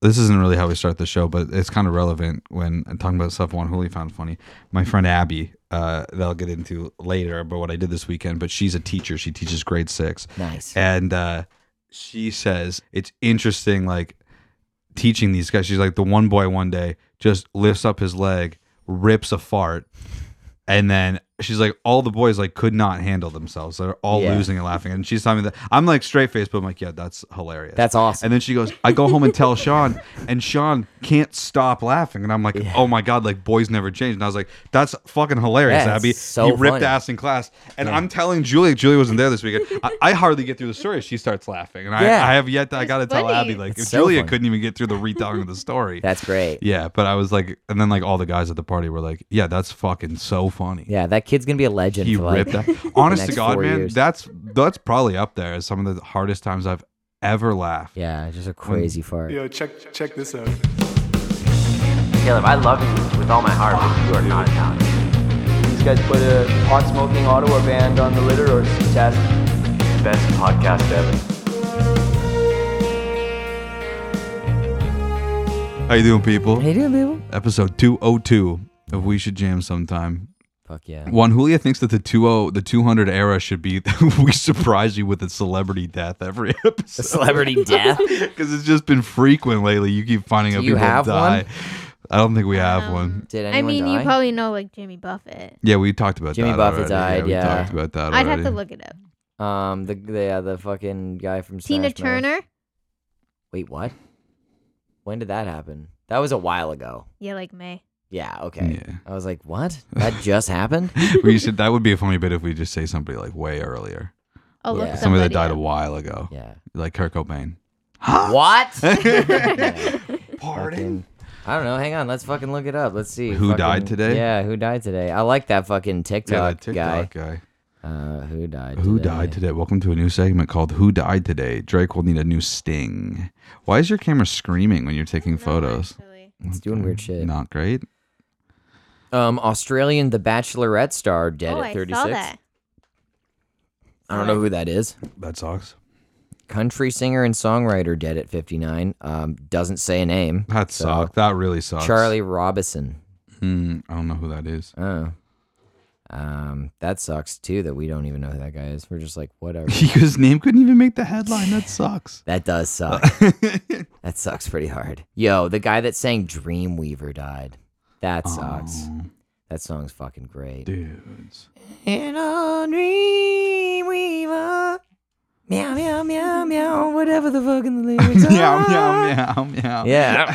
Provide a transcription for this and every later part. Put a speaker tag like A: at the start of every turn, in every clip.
A: this isn't really how we start the show, but it's kind of relevant when I'm talking about stuff Juan Hooley found funny. My friend Abby, uh, that I'll get into later about what I did this weekend, but she's a teacher. She teaches grade six.
B: Nice.
A: And uh, she says it's interesting, like teaching these guys. She's like, the one boy one day just lifts up his leg, rips a fart, and then she's like, all the boys like could not handle themselves. They're all
B: Yeah.
A: losing and laughing. And she's telling me that I'm like straight face, but I'm like, yeah, that's hilarious.
B: That's awesome.
A: And then she goes, I go home and tell Sean, and Sean can't stop laughing. And I'm like, oh my God, like boys never change. And I was like, that's fucking hilarious,
B: Yeah, it's
A: Abby.
B: so
A: you ripped
B: funny.
A: ass in class. And I'm telling Julia, Julia wasn't there this weekend. I, I hardly get through the story. She starts laughing. And
B: Yeah.
A: I, I have yet to, I
C: It's
A: got to tell
C: funny.
A: Abby, like,
B: It's
A: if
B: so
A: Julia
B: funny.
A: couldn't even get through the retelling of the story.
B: That's great.
A: yeah. But I was like, and then like all the guys at the party were like, yeah, that's fucking so funny.
B: Yeah, that kid's gonna be a legend.
A: He
B: for like,
A: ripped that. Honest to
B: next
A: God,
B: four
A: man,
B: years.
A: that's that's probably up there as some of the hardest times I've ever laughed.
B: Yeah, just a crazy fart.
D: Yo, check check this out.
E: Caleb, I love you with all my heart, but you are not Italian.
F: These guys put a pot smoking Ottawa band on the litter or test.
E: Best podcast ever.
A: How you doing, people?
B: Hey, dude, people.
A: episode 202 of We Should Jam Sometime.
B: Fuck yeah.
A: Juan Julia thinks that the 20 the 200 era should be we surprise you with a celebrity death every episode
B: Celebrity death.
A: because it's just been frequent lately. You keep finding out
B: you
A: people
B: have
A: die.
B: one?
A: I don't think we have
C: Um,
A: one.
B: Did anyone
C: I mean,
B: die?
C: you probably know like Jimmy Buffett.
A: Yeah, we talked about
B: Jimmy
A: that.
B: Buffett
A: already.
B: died,
A: we
B: yeah.
A: talked about that.
C: I'd have
A: already.
C: to look it up.
B: um, the the, uh, the fucking guy from
C: Tina
B: Smash Mouth.
C: Turner.
B: Wait, what? When did that happen? That was a while ago.
C: Yeah, like May.
B: Yeah. Okay.
A: Yeah.
B: I was like, what? That just happened?
A: we should. That would be a funny bit if we just say somebody like way earlier,
C: Oh, look
B: Yeah.
C: somebody,
A: somebody that died a
C: up.
A: while ago,
B: Yeah.
A: like Kurt Cobain.
B: what?
A: Pardon.
B: Fucking- I don't know. Hang on. Let's fucking look it up. Let's see.
A: Who died
B: Fucking-
A: today?
B: Yeah. Who died today? I like that fucking
A: Yeah, that
B: TikTok,
A: TikTok
B: guy.
A: guy.
B: Uh, who died?
A: Who died today? Welcome to a new segment called Who Died Today? Drake will need a new sting. Why is your camera screaming when you're taking photos?
C: Actually.
B: It's doing
A: Mm,
B: weird shit.
A: Not great.
B: Um, Australian The Bachelorette star dead
C: Oh,
B: at
C: I
B: 36.
C: saw that.
B: I don't know who that is.
A: That sucks.
B: Country singer and songwriter dead at 59. Um, doesn't say a name.
A: That
B: So,
A: sucks. That really sucks.
B: Charlie Robison.
A: Hmm, I don't know who that is.
B: Oh. Um, that sucks too that we don't even know who that guy is. We're just like, whatever.
A: His name couldn't even make the headline. That sucks.
B: that does suck. that sucks pretty hard. Yo, the guy that sang Dreamweaver died. That sucks. That song's fucking great.
A: Dudes.
B: And a Dreamweaver. Meow, meow, meow, meow. Whatever the fucking lyrics are.
A: meow, meow, meow, meow.
B: Yeah.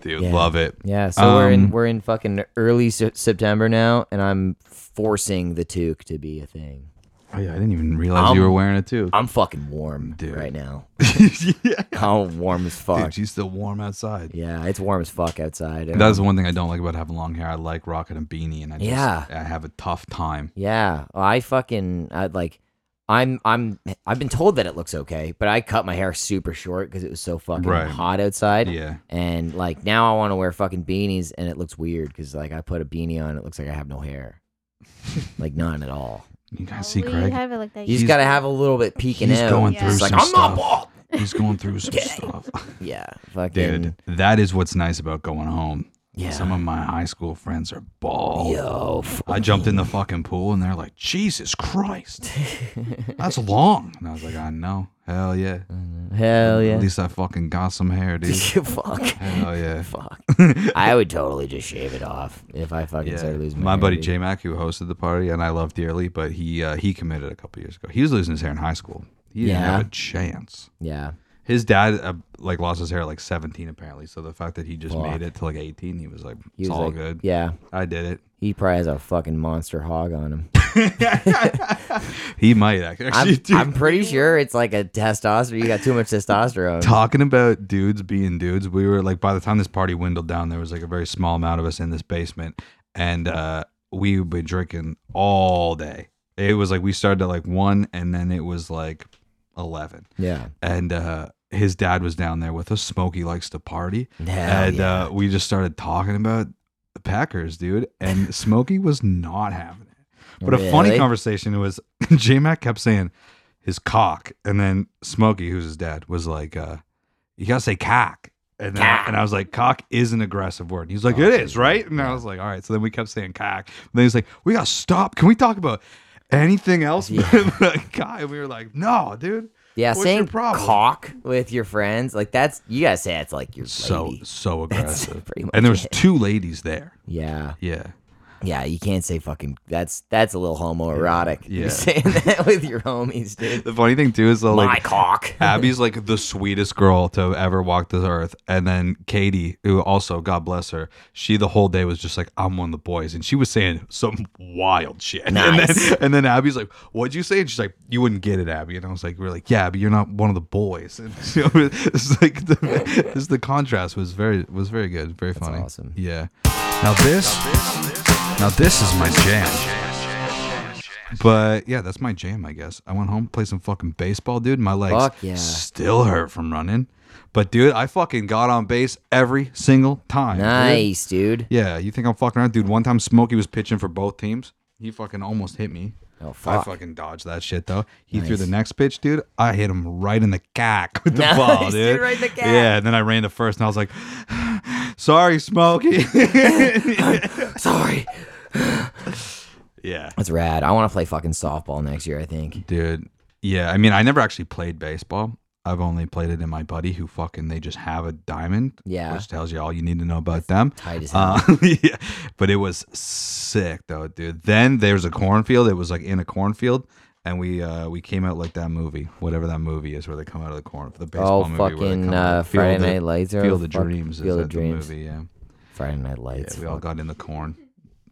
A: Dude,
B: Yeah.
A: love it.
B: Yeah, so we're in
A: Um,
B: we're in fucking early se- September now, and I'm forcing the toque to be a thing.
A: Oh, yeah, I didn't even realize
B: Um,
A: you were wearing it too.
B: I'm fucking warm
A: Dude.
B: right now.
A: yeah.
B: I'm warm as fuck.
A: Dude, she's still warm outside.
B: yeah, it's warm as fuck outside. and
A: That's
B: I'm-
A: the one thing I don't like about having long hair. I like rocking a beanie, and I just
B: Yeah.
A: I have a tough time.
B: yeah, I fucking I like. I'm I'm I've been told that it looks okay, but I cut my hair super short because it was so fucking
A: Right.
B: hot outside.
A: Yeah.
B: and like now I want to wear fucking beanies, and it looks weird because like I put a beanie on, it looks like I have no hair, like none at all.
A: You guys see
C: Well,
A: Greg?
C: You have it like that.
B: You just
A: He's-
B: gotta have a little bit peeking
A: He's
B: out.
A: going
C: Yeah.
A: through
C: He's
A: some
B: like, "I'm
A: stuff.
B: not bald."
A: He's going through some stuff.
B: Yeah, fucking.
A: Dude, that is what's nice about going home.
B: Yeah.
A: Some of my high school friends are bald.
B: Yo, f-
A: I jumped in the fucking pool and they're like, Jesus Christ. That's long. And I was like, I know. Hell yeah.
B: hell yeah.
A: At least I fucking got some hair, dude.
B: Fuck.
A: Hell yeah.
B: Fuck. I would totally just shave it off if I fucking
A: Yeah.
B: started losing my
A: My
B: hair,
A: buddy
B: dude.
A: J Mac, who hosted the party and I love dearly, but he uh, he committed a couple years ago. He was losing his hair in high school. He didn't
B: Yeah.
A: have a chance.
B: Yeah.
A: His dad uh, like lost his hair at like 17 apparently. So the fact that he just
B: Fuck.
A: made it to like 18, he was like, it's
B: He was
A: all
B: like-
A: good.
B: Yeah.
A: I did it.
B: He probably has a fucking monster hog on him.
A: He might act- actually.
B: I'm,
A: dude,
B: I'm pretty sure it's like a testosterone. You got too much testosterone.
A: talking about dudes being dudes. We were like, by the time this party dwindled down, there was like a very small amount of us in this basement, and uh, we've been drinking all day. It was like we started at like one, and then it was like eleven,
B: yeah.
A: and uh, his dad was down there with us. Smokey likes to party,
B: Hell
A: and
B: yeah.
A: uh, we just started talking about the Packers, dude. And Smokey was not having it. But a funny
B: Really?
A: conversation was J Mac kept saying his cock, and then Smokey, who's his dad, was like, uh, you gotta say cock. And, then I, and I was like, cock is an aggressive word. And He's like,
B: Oh,
A: it is, right? And I was like, all right. So then we kept saying cock. And then he's like, we gotta stop. Can we talk about anything else?
B: Yeah.
A: but like, cock? And we were like, no, dude.
B: Yeah,
A: What's your
B: saying
A: problem?
B: cock with your friends, like that's you gotta say it's like your
A: So
B: lady.
A: so
B: That's
A: aggressive.
B: pretty much
A: And there was
B: it.
A: two ladies there.
B: Yeah,
A: Yeah.
B: yeah, you can't say fucking. That's that's a little homoerotic.
A: Yeah.
B: You're saying that with your homies, dude.
A: The funny thing too is though,
B: My
A: like
B: cock.
A: Abby's like the sweetest girl to have ever walk this earth. And then Katie, who also, God bless her, she the whole day was just like, I'm one of the boys. And she was saying some wild shit. And,
B: Nice.
A: then, and then Abby's like, What'd you say? And she's like, You wouldn't get it, Abby. And I was like, We're like, Yeah, but you're not one of the boys. And so it's like the, this, the contrast was very was very good. Very funny.
B: awesome.
A: Yeah. Now this now this is my jam. But yeah, that's my jam, I guess. I went home, played some fucking baseball, dude. My legs
B: Fuck yeah.
A: still hurt from running. But dude, I fucking got on base every single time. dude.
B: Nice, dude.
A: Yeah, you think I'm fucking around? Dude, one time Smokey was pitching for both teams. He fucking almost hit me.
B: Oh
A: I
B: fuck.
A: fucking dodged that shit though. He threw
B: Nice.
A: the next pitch, dude. I hit him right in the cack with the
B: Nice,
A: ball,
B: dude,
A: dude.
B: right in the cack.
A: Yeah, and then I ran to first, and I was like, "Sorry, Smokey."
B: Sorry.
A: yeah,
B: That's rad. I want to play fucking softball next year. I think.
A: dude. Yeah, I mean, I never actually played baseball. I've only played it in my buddy who fucking they just have a diamond.
B: Yeah.
A: which tells you all you need to know about them.
B: Tight as hell.
A: Uh, yeah, but it was sick though, dude. Then there's a cornfield. It was like in a cornfield, and we uh we came out like that movie, whatever that movie is, where they come out of the corn, the baseball
B: oh
A: movie. where they
B: fucking
A: come out
B: uh,
A: of the field
B: Friday
A: of-
B: Night Lights. or
A: Field of
B: fuck-
A: Dreams is
B: Field of
A: that the
B: Dreams.
A: movie? Yeah,
B: Friday Night Lights.
A: yeah. We all got in the corn,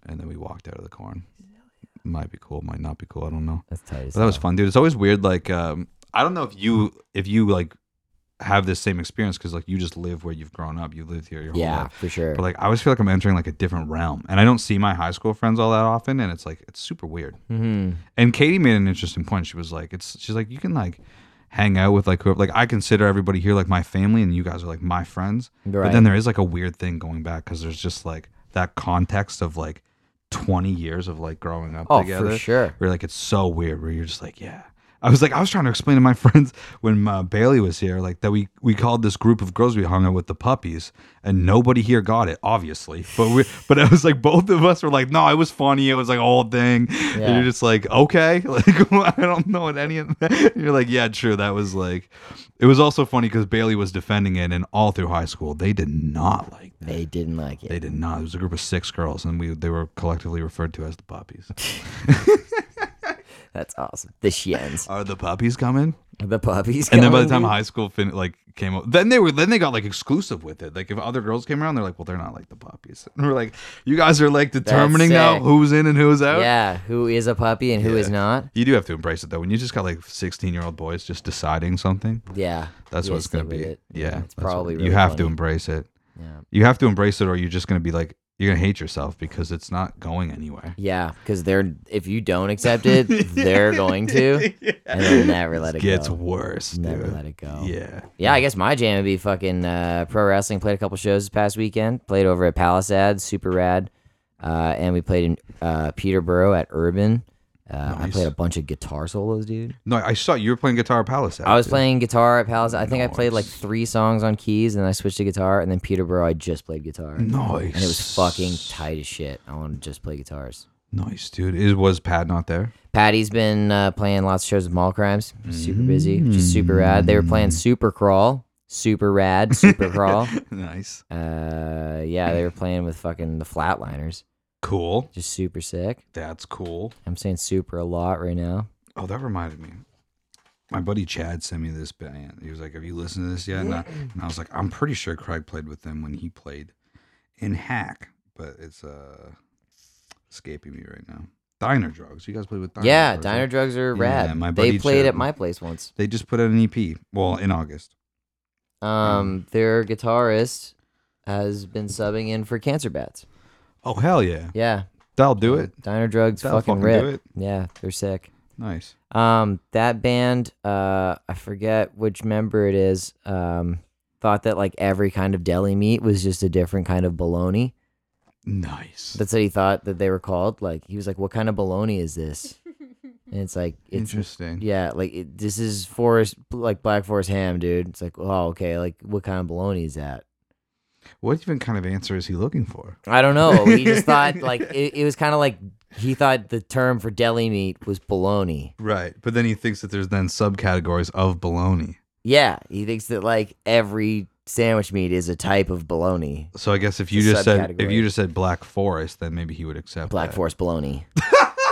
A: and then we walked out of the corn. Might be cool, might not be cool. I don't know.
B: That's tight as
A: But that was
B: hell.
A: fun, dude. It's always weird. Like, um, I don't know if you if you like have this same experience because like you just live where you've grown up. You lived here your whole
B: Yeah,
A: life.
B: for sure.
A: But like, I always feel like I'm entering like a different realm, and I don't see my high school friends all that often, and it's like it's super weird.
B: hmm
A: And Katie made an interesting point. She was like, "It's she's like you can like hang out with like whoever like I consider everybody here like my family, and you guys are like my friends." But
B: Right.
A: then there is like a weird thing going back because there's just like that context of like 20 years of like growing up
B: Oh,
A: together
B: for sure.
A: where like it's so weird where you're just like yeah i was like i was trying to explain to my friends when uh, bailey was here like that we we called this group of girls we hung out with the puppies and nobody here got it obviously but we but i was like both of us were like no it was funny it was like a whole thing and
B: Yeah.
A: you're just like okay like i don't know what any of that you're like yeah true that was like it was also funny because bailey was defending it and all through high school they did not like that
B: They didn't like it.
A: they did not. It was a group of six girls, and we they were collectively referred to as the puppies.
B: That's awesome. The Shiens.
A: Are the puppies coming?
B: The puppies.
A: And then by the
B: going,
A: time
B: dude.
A: high school fin- like came up, then they were then they got like exclusive with it. Like if other girls came around, they're like, well, they're not like the puppies. And we're like, you guys are like determining now
B: sick.
A: who's in and who's out.
B: Yeah, who is a puppy and who is
A: Yeah.
B: not?
A: You do have to embrace it though. When you just got like sixteen year old boys just deciding something,
B: Yeah.
A: that's
B: you
A: what it's
B: stick
A: gonna be.
B: with it.
A: Yeah,
B: It's
A: that's what-
B: probably
A: you
B: really
A: have to
B: funny.
A: embrace it.
B: Yeah.
A: You have to embrace it, or you're just gonna be like you're gonna hate yourself because it's not going anywhere.
B: Yeah, because they're if you don't accept it, they're going to, and they'll never let it
A: Gets
B: go.
A: worse.
B: Never
A: dude.
B: let it go.
A: Yeah.
B: Yeah, I guess my jam would be fucking uh, pro wrestling. Played a couple shows this past weekend. Played over at Palisade, super rad. Uh, and we played in uh, Peterborough at Urban. Uh, I
A: Nice.
B: played a bunch of guitar solos, dude.
A: No, I saw you were playing guitar palace.
B: I was playing guitar at Palisade. I think I played like
A: Nice.
B: three songs on keys, and then I switched to guitar. And then Peterborough, I just played guitar.
A: Nice.
B: And it was fucking tight as shit. I want to just play guitars.
A: Nice, dude. Is was Pat not there?
B: Patty's been uh, playing lots of shows with Mall Crimes. Super busy, which is super rad. They were
A: Mm.
B: playing Super Crawl. Super rad, Super Crawl.
A: Nice.
B: Uh, yeah, they were playing with fucking the Flatliners.
A: Cool.
B: Just super sick.
A: That's cool.
B: I'm saying super a lot right now.
A: Oh, that reminded me. My buddy Chad sent me this band. He was like, "Have you listened to this yet?" And I, and I was like, "I'm pretty sure Craig played with them when he played in Hack, but it's uh escaping me right now." Diner Drugs. You guys played with Diner
B: yeah,
A: Drugs,
B: Diner
A: right?
B: Drugs are
A: Yeah,
B: rad.
A: my
B: they
A: buddy
B: played
A: Chad-
B: at my place once.
A: They just put out an EP. Well, in August.
B: Um,
A: Mm.
B: their guitarist has been subbing in for Cancer Bats.
A: Oh hell yeah!
B: Yeah,
A: That'll do it.
B: Diner Drugs
A: That'll
B: fucking,
A: fucking
B: rip.
A: do it.
B: Yeah, they're sick.
A: Nice.
B: Um, that band, uh, I forget which member it is. Um, thought that like every kind of deli meat was just a different kind of bologna.
A: Nice.
B: That's what he thought that they were called. Like he was like, "What kind of bologna is this?" And it's like it's
A: Interesting.
B: yeah, like it, this is Forest like Black Forest ham, dude. It's like oh okay, like what kind of bologna is that?
A: What even kind of answer is he looking for?
B: I don't know. He just thought like it, it was kind of like he thought the term for deli meat was bologna.
A: Right. But then he thinks that there's then subcategories of baloney.
B: Yeah, he thinks that like every sandwich meat is a type of bologna.
A: So I guess if you
B: It's a
A: just said if
B: subcategory.
A: you just said Black Forest, then maybe he would accept
B: Black
A: that.
B: Forest bologna.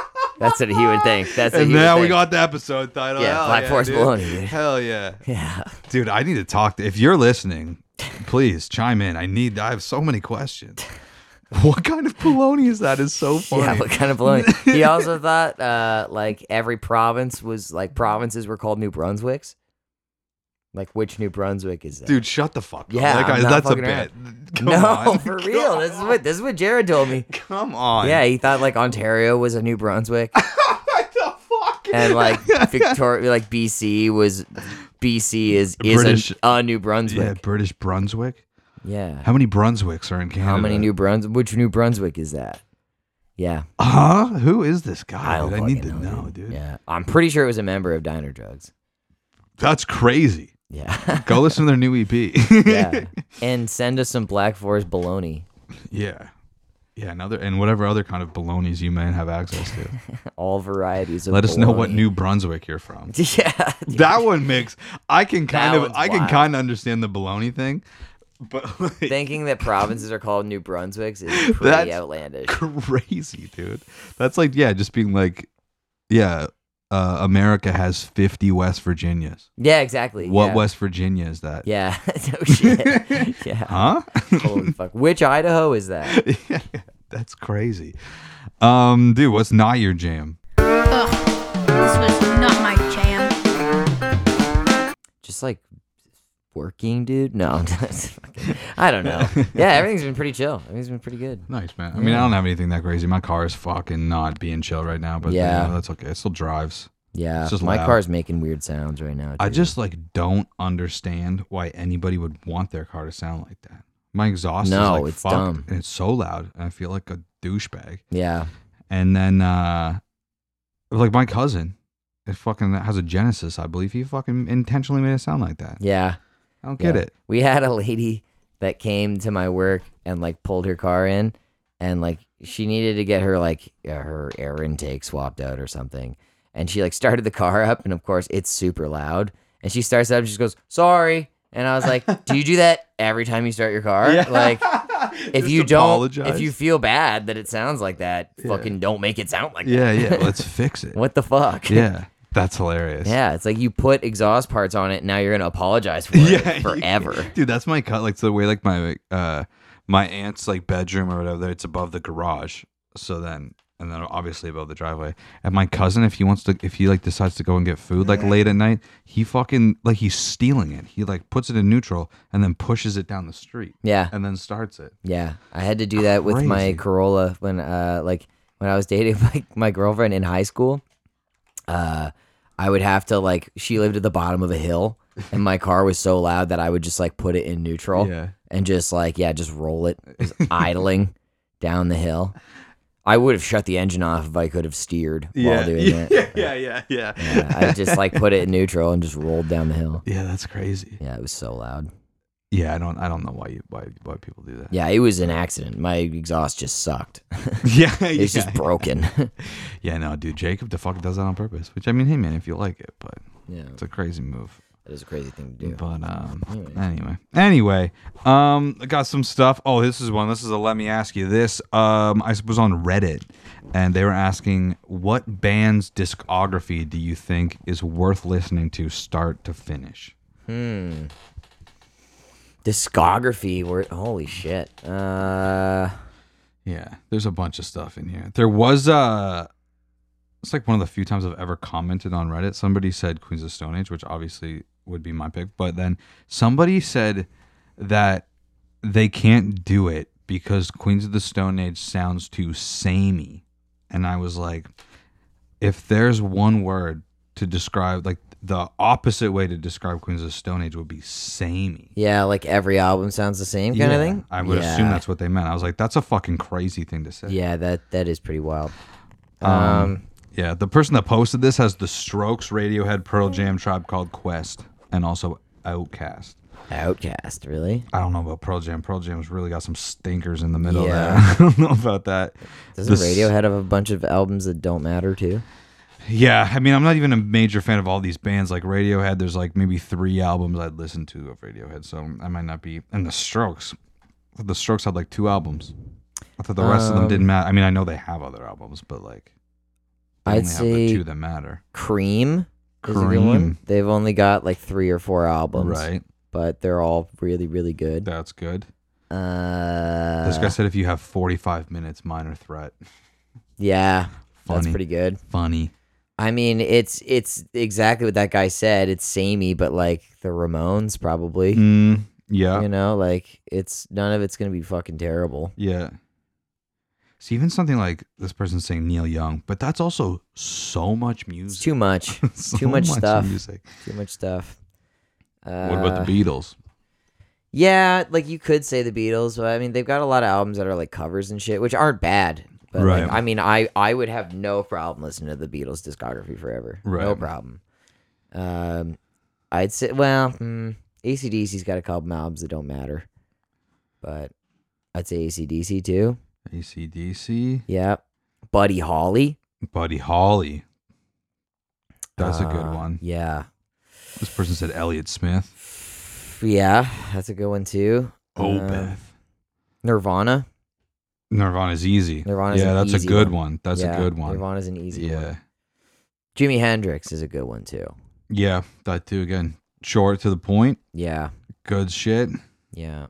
B: That's what he would think. That's what
A: And
B: he would
A: now we
B: think.
A: got the episode title.
B: Yeah,
A: Hell
B: Black Forest
A: dude.
B: bologna, dude.
A: Hell yeah,
B: Yeah.
A: dude! I need to talk. To, if you're listening, please chime in. I need. I have so many questions. What kind of bologna is that? Is so funny.
B: Yeah, what kind of baloney? he also thought uh, like every province was like provinces were called New Brunswicks. Like which New Brunswick is that?
A: Dude, shut the fuck up.
B: Yeah,
A: That
B: I'm
A: guy-
B: not
A: that's a
B: fucking
A: bit. Come
B: no,
A: on.
B: for real. This is what this is what Jared told me.
A: Come on.
B: Yeah, he thought like Ontario was a New Brunswick.
A: what the fuck?
B: and like Victoria, like BC was BC is is
A: British-
B: a, a New
A: yeah,
B: Brunswick.
A: British Brunswick.
B: Yeah.
A: How many Brunswicks are in Canada?
B: How many New Brunswick? Which New Brunswick is that? Yeah,
A: Huh? Who is this guy?
B: I don't
A: dude? I need to
B: fucking
A: know, dude.
B: yeah. I'm pretty sure it was a member of Diner Drugs.
A: That's crazy.
B: Yeah,
A: Go listen to their new E EP.
B: yeah. And send us some Black Forest bologna.
A: yeah. Yeah, another and whatever other kind of balonies you may have access to.
B: All varieties of.
A: Let us know what
B: bologna.
A: New Brunswick you're from.
B: yeah, dude.
A: That one makes I can kind
B: That
A: of
B: one's
A: I can
B: wild.
A: kind of understand the baloney thing, but like,
B: thinking that provinces are called New Brunswicks is pretty
A: That's
B: outlandish.
A: crazy, dude. That's like, yeah, just being like, yeah, uh, America has 50 West Virginias.
B: Yeah, exactly.
A: What
B: yeah.
A: West Virginia is that?
B: Yeah. no shit. yeah.
A: Huh?
B: Holy fuck. Which Idaho is that?
A: That's crazy. Um, dude, what's not your jam?
C: This was not my jam.
B: Just like working, dude. No, I'm just fucking- I don't know. Yeah, everything's been pretty chill. Everything's been pretty good.
A: Nice, man. I mean, I don't have anything that crazy. My car is fucking not being chill right now, but yeah,
B: Yeah.
A: that's okay. It still drives.
B: Yeah,
A: It's just
B: my
A: loud.
B: car's making weird sounds right now.
A: I
B: dude.
A: just like don't understand why anybody would want their car to sound like that. My exhaust is
B: No,
A: like
B: it's
A: fucked,
B: dumb.
A: and it's so loud, and I feel like a douchebag.
B: yeah,
A: And then uh like my cousin, it fucking has a Genesis, I believe. He fucking intentionally made it sound like that.
B: yeah.
A: I don't get
B: Yeah.
A: it.
B: We had a lady that came to my work and like pulled her car in and like she needed to get her like uh, her air intake swapped out or something. And she like started the car up and of course it's super loud. And she starts up and she just goes, "Sorry." And I was like, "Do you do that every time you start your car?" Like if
A: Just
B: you don't
A: apologize.
B: if you feel bad that it sounds like that, fucking don't make it sound like
A: Yeah,
B: that.
A: yeah, let's fix it.
B: What the fuck?
A: Yeah. That's hilarious.
B: Yeah, it's like you put exhaust parts on it. Now you're gonna apologize for it
A: Yeah, you-
B: forever.
A: Dude, that's my cut like so the way like my uh my aunt's like bedroom or whatever, it's above the garage. So then and then obviously above the driveway. And my cousin, if he wants to if he like decides to go and get food like late at night, he fucking like he's stealing it. He like puts it in neutral and then pushes it down the street.
B: Yeah.
A: And then starts it.
B: Yeah, I had to do that with my
A: Crazy.
B: Corolla when, uh, like when I was dating my, my girlfriend in high school. Uh, I would have to like she lived at the bottom of a hill, and my car was so loud that I would just like put it in neutral
A: Yeah.
B: and just like yeah, just roll it, just idling down the hill. I would have shut the engine off if I could have steered while doing
A: yeah,
B: it.
A: yeah, yeah, yeah, yeah.
B: Yeah, I just like put it in neutral and just rolled down the hill.
A: Yeah, that's crazy.
B: Yeah, it was so loud.
A: Yeah, I don't, I don't know why you, why, why people do that.
B: Yeah, it was an accident. My exhaust just sucked.
A: Yeah,
B: It's
A: yeah,
B: just broken.
A: yeah. No, dude, Jacob the fuck does that on purpose. Which I mean, hey man, if you like it, but
B: yeah.
A: it's a crazy move.
B: That is a crazy thing to do.
A: But um,
B: Anyway.
A: anyway, anyway, um, I got some stuff. Oh, this is one. This is a let me ask you this. Um, I was on Reddit, and they were asking what band's discography do you think is worth listening to start to finish?
B: Hmm. Discography. Where, holy shit. Uh,
A: Yeah, there's a bunch of stuff in here. There was uh It's like one of the few times I've ever commented on Reddit. Somebody said Queens of Stone Age, which obviously would be my pick, but then somebody said that they can't do it because Queens of the Stone Age sounds too samey. And I was like, if there's one word to describe like the opposite way to describe Queens of the Stone Age would be samey.
B: yeah, like every album sounds the same kind
A: Yeah,
B: of thing.
A: I would
B: yeah.
A: assume that's what they meant. I was like, that's a fucking crazy thing to say.
B: Yeah, that that is pretty wild.
A: Um,
B: Um,
A: Yeah, the person that posted this has the Strokes, Radiohead, Pearl Jam, Tribe Called Quest, and also Outcast.
B: Outcast, really?
A: I don't know about Pearl Jam. Pearl Jam's really got some stinkers in the middle
B: Yeah.
A: there. I don't know about that.
B: Doesn't
A: The s-
B: Radiohead have a bunch of albums that don't matter too?
A: Yeah, I mean, I'm not even a major fan of all these bands. Like Radiohead, there's like maybe three albums I'd listen to of Radiohead, so I might not be. And the Strokes, the Strokes had like two albums. I thought the rest of them
B: Um,
A: didn't matter. I mean, I know they have other albums, but like, they
B: I'd
A: only have the
B: say
A: two that matter.
B: Cream is a good one.
A: Cream.
B: They've only got like three or four albums,
A: Right,
B: but they're all really, really good.
A: that's good.
B: Uh,
A: this guy said, if you have 45 minutes, minor threat.
B: yeah, that's
A: Funny.
B: pretty good.
A: Funny.
B: I mean, it's it's exactly what that guy said. It's samey, but like the Ramones, probably.
A: Mm, yeah.
B: You know, like it's none of it's gonna be fucking terrible.
A: Yeah. See, even something like this person saying Neil Young, but that's also so much
B: It's
A: music.
B: too much,
A: So
B: too much stuff.
A: Music.
B: too much stuff. Uh,
A: What about the Beatles?
B: Yeah, like you could say the Beatles, but I mean they've got a lot of albums that are like covers and shit, which aren't bad. But like,
A: Right.
B: I mean, I I would have no problem listening to the Beatles discography forever. No
A: Right.
B: problem. Um, I'd say well, mm, ACDC's got a couple albums that don't matter, but I'd say ACDC too.
A: ACDC,
B: Yeah, Buddy Holly.
A: Buddy Holly. That's a good
B: Uh,
A: one.
B: Yeah,
A: This person said Elliott Smith.
B: yeah, that's a good one too.
A: Oh,
B: Um,
A: Beth.
B: Nirvana.
A: Nirvana's easy.
B: Nirvana's
A: yeah,
B: an
A: that's
B: easy
A: a good
B: one.
A: one. That's
B: Yeah,
A: a good one.
B: Nirvana's an easy
A: yeah.
B: one. Jimi Hendrix is a good one too.
A: Yeah, that too. Again, short to the point.
B: Yeah,
A: Good shit.
B: yeah.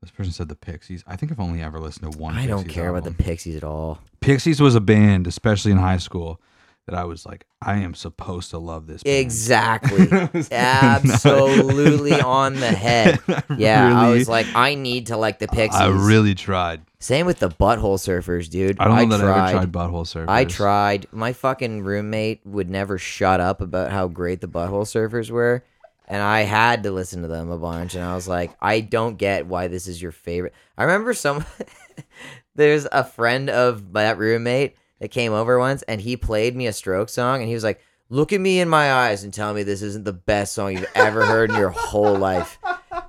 A: This person said the Pixies. I think I've only ever listened to one.
B: I don't
A: Pixies
B: care about
A: album.
B: the Pixies at all.
A: Pixies was a band, especially in high school, that I was like, I am supposed to love this. Band.
B: Exactly.
A: And I-
B: Absolutely
A: and I-
B: on the head.
A: and I
B: Yeah, I
A: really-
B: was like, I need to like the Pixies.
A: I really tried.
B: Same with the Butthole Surfers, dude.
A: I don't know that
B: tried.
A: I ever tried Butthole Surfers.
B: I tried. My fucking roommate would never shut up about how great the Butthole Surfers were, and I had to listen to them a bunch. And I was like, I don't get why this is your favorite. I remember some. there's a friend of that roommate that came over once, and he played me a stroke song, and he was like, "Look at me in my eyes and tell me this isn't the best song you've ever heard in your whole life."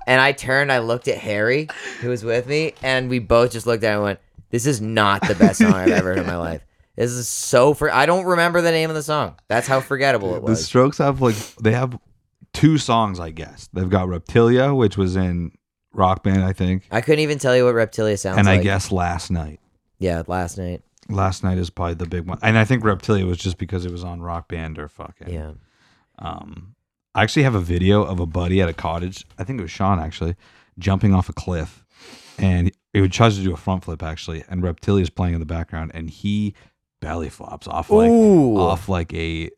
B: And I turned, I looked at Harry, who was with me, and we both just looked at him and went, This is not the best song I've ever heard in my life. This is so for I don't remember the name of the song. That's how forgettable it
A: The
B: was.
A: Strokes have like they have two songs, I guess. They've got Reptilia, which was in Rock Band, I think,
B: I couldn't even tell you what Reptilia sounds
A: and
B: like.
A: I guess Last Night.
B: Yeah, last night.
A: Last Night is probably the big one, and I think Reptilia was just because it was on Rock Band or fucking
B: Yeah.
A: Um, I actually have a video of a buddy at a cottage. I think it was Sean actually jumping off a cliff, and he would try to do a front flip actually. And Reptilia is playing in the background, and he belly flops off like
B: Ooh.
A: off like a,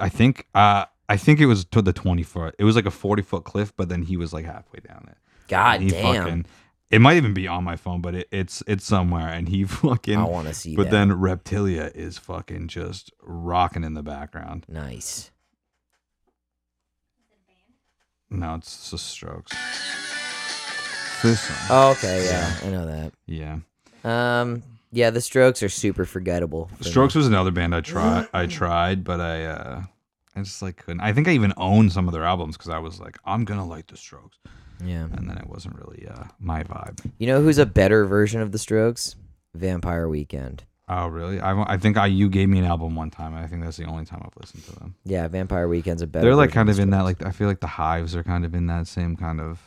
A: I think uh I think it was to the twenty foot. It was like a forty foot cliff, but then he was like halfway down it.
B: God
A: And he
B: Ah, damn.
A: fucking. It might even be on my phone, but it, it's it's somewhere. And he fucking.
B: I wanna see
A: But
B: that.
A: then Reptilia is fucking just rocking in the background.
B: nice.
A: No, it's the Strokes. This one.
B: Oh, okay, yeah. I know that.
A: Yeah.
B: Um yeah, the strokes are super forgettable. for me.
A: Strokes was another band I tried. I tried, but I, uh, I just like couldn't. I think I even owned some of their albums because I was like, I'm gonna like the Strokes,
B: Yeah.
A: and then it wasn't really uh, my vibe.
B: You know who's a better version of the strokes? Vampire Weekend.
A: Oh, really? I, wa- I think I you gave me an album one time, and I think that's the only time I've listened to them.
B: Yeah, Vampire Weekend's a better
A: They're like
B: version
A: kind
B: the
A: of in that
B: Strokes.
A: like I feel like the Hives are kind of in that same kind of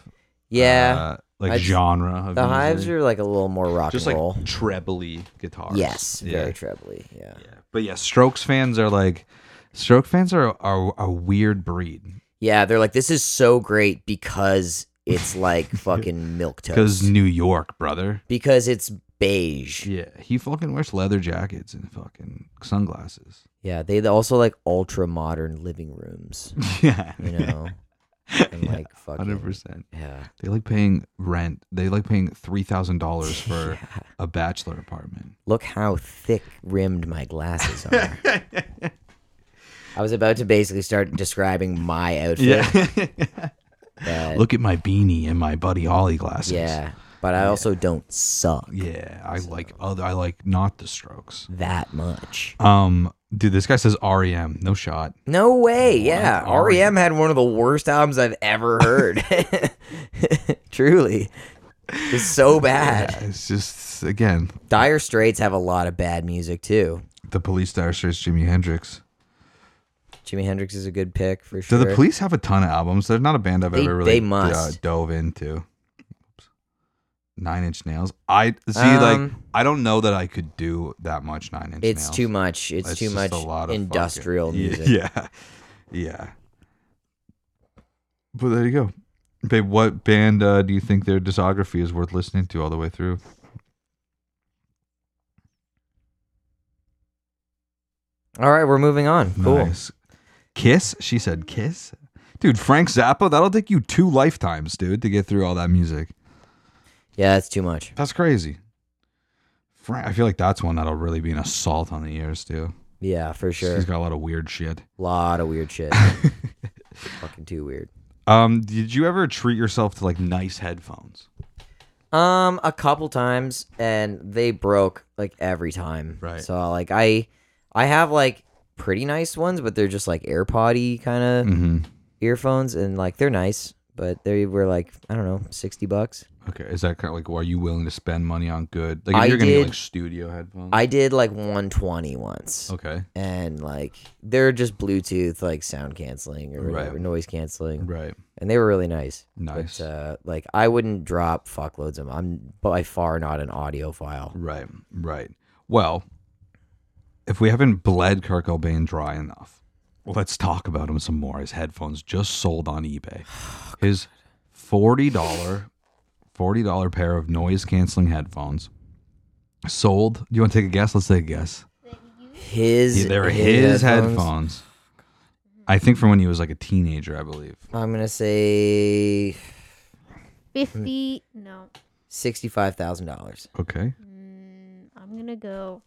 B: Yeah.
A: uh, like
B: I'd-
A: genre. Of
B: The hives
A: music.
B: are like a little more rock
A: just
B: and
A: like
B: roll.
A: trebly guitars.
B: Yes,
A: Yeah.
B: very trebly. Yeah. yeah,
A: Yeah. But yeah, Strokes fans are like, Stroke fans are are a weird breed
B: They're like, this is so great because it's like fucking milk
A: because
B: toast.
A: New York, brother.
B: Because it's beige. Yeah.
A: Yeah, he fucking wears leather jackets and fucking sunglasses.
B: they also like ultra modern living rooms.
A: Yeah,
B: You know, and like fucking
A: hundred percent.
B: yeah.
A: They like paying rent. They like paying three thousand dollars for a bachelor apartment.
B: Look how thick rimmed my glasses are. I was about to basically start describing my outfit.
A: Yeah,
B: but-
A: look at my beanie and my Buddy Holly glasses.
B: Yeah. but I also don't suck
A: Yeah, I like other. I like not the Strokes.
B: that much.
A: Um, dude, this guy says REM. No shot.
B: No way. Yeah.
A: What?
B: REM had one of the worst albums I've ever heard. Truly. It's so bad.
A: It's just again
B: Dire Straits have a lot of bad music too.
A: the Police, Dire Straits, Jimi Hendrix.
B: Jimi Hendrix is a good pick for
A: Do
B: sure.
A: the Police have a ton of albums? They're not a band I've
B: They-
A: ever really
B: they must.
A: Uh, dove into. Oops. Nine Inch Nails. I see. like
B: Um,
A: I don't know that I could do that much Nine Inch.
B: It's
A: Nails.
B: too much. It's, too
A: just
B: much
A: a lot of fucking-
B: industrial
A: Yeah,
B: music.
A: Yeah, yeah. But there you go, babe. What band uh, do you think their discography is worth listening to all the way through?
B: All right, we're moving on. Cool.
A: Nice. Kiss? She said Kiss? Dude, Frank Zappa, that'll take you two lifetimes, dude, to get through all that music.
B: Yeah, that's too much.
A: That's crazy. Frank, I feel like that's one that'll really be an assault on the ears, too.
B: Yeah, for sure.
A: He's got a lot of weird shit.
B: lot of weird shit. Fucking too weird.
A: Um, did you ever treat yourself to like nice headphones?
B: Um, a couple times, and they broke like every time.
A: Right.
B: So like I, I have like pretty nice ones, but they're just like AirPod-y kind of
A: Mm-hmm.
B: earphones, and like they're nice, but they were like I don't know, sixty bucks.
A: Okay. Is that kind of like, are you willing to spend money on good? Like, if
B: I
A: you're going to
B: did-
A: like studio headphones?
B: I did like one twenty once,
A: okay.
B: and like they're just Bluetooth like sound canceling or
A: Right.
B: whatever, noise canceling,
A: Right.
B: and they were really nice.
A: Nice.
B: But, uh, like I wouldn't drop fuckloads of them. I'm by far not an audiophile.
A: Right, right. Well, if we haven't bled Kirk Cobain dry enough, let's talk about him some more. His headphones just sold on eBay. His forty dollar, forty dollar pair of noise canceling headphones sold. Do you want to take a guess? Let's take a guess.
B: His
A: Yeah, they were his headphones.
B: headphones.
A: I think from when he was like a teenager, I believe.
B: I'm gonna say
C: 50. No.
B: sixty-five thousand dollars.
A: Okay,
C: Mm, I'm going to go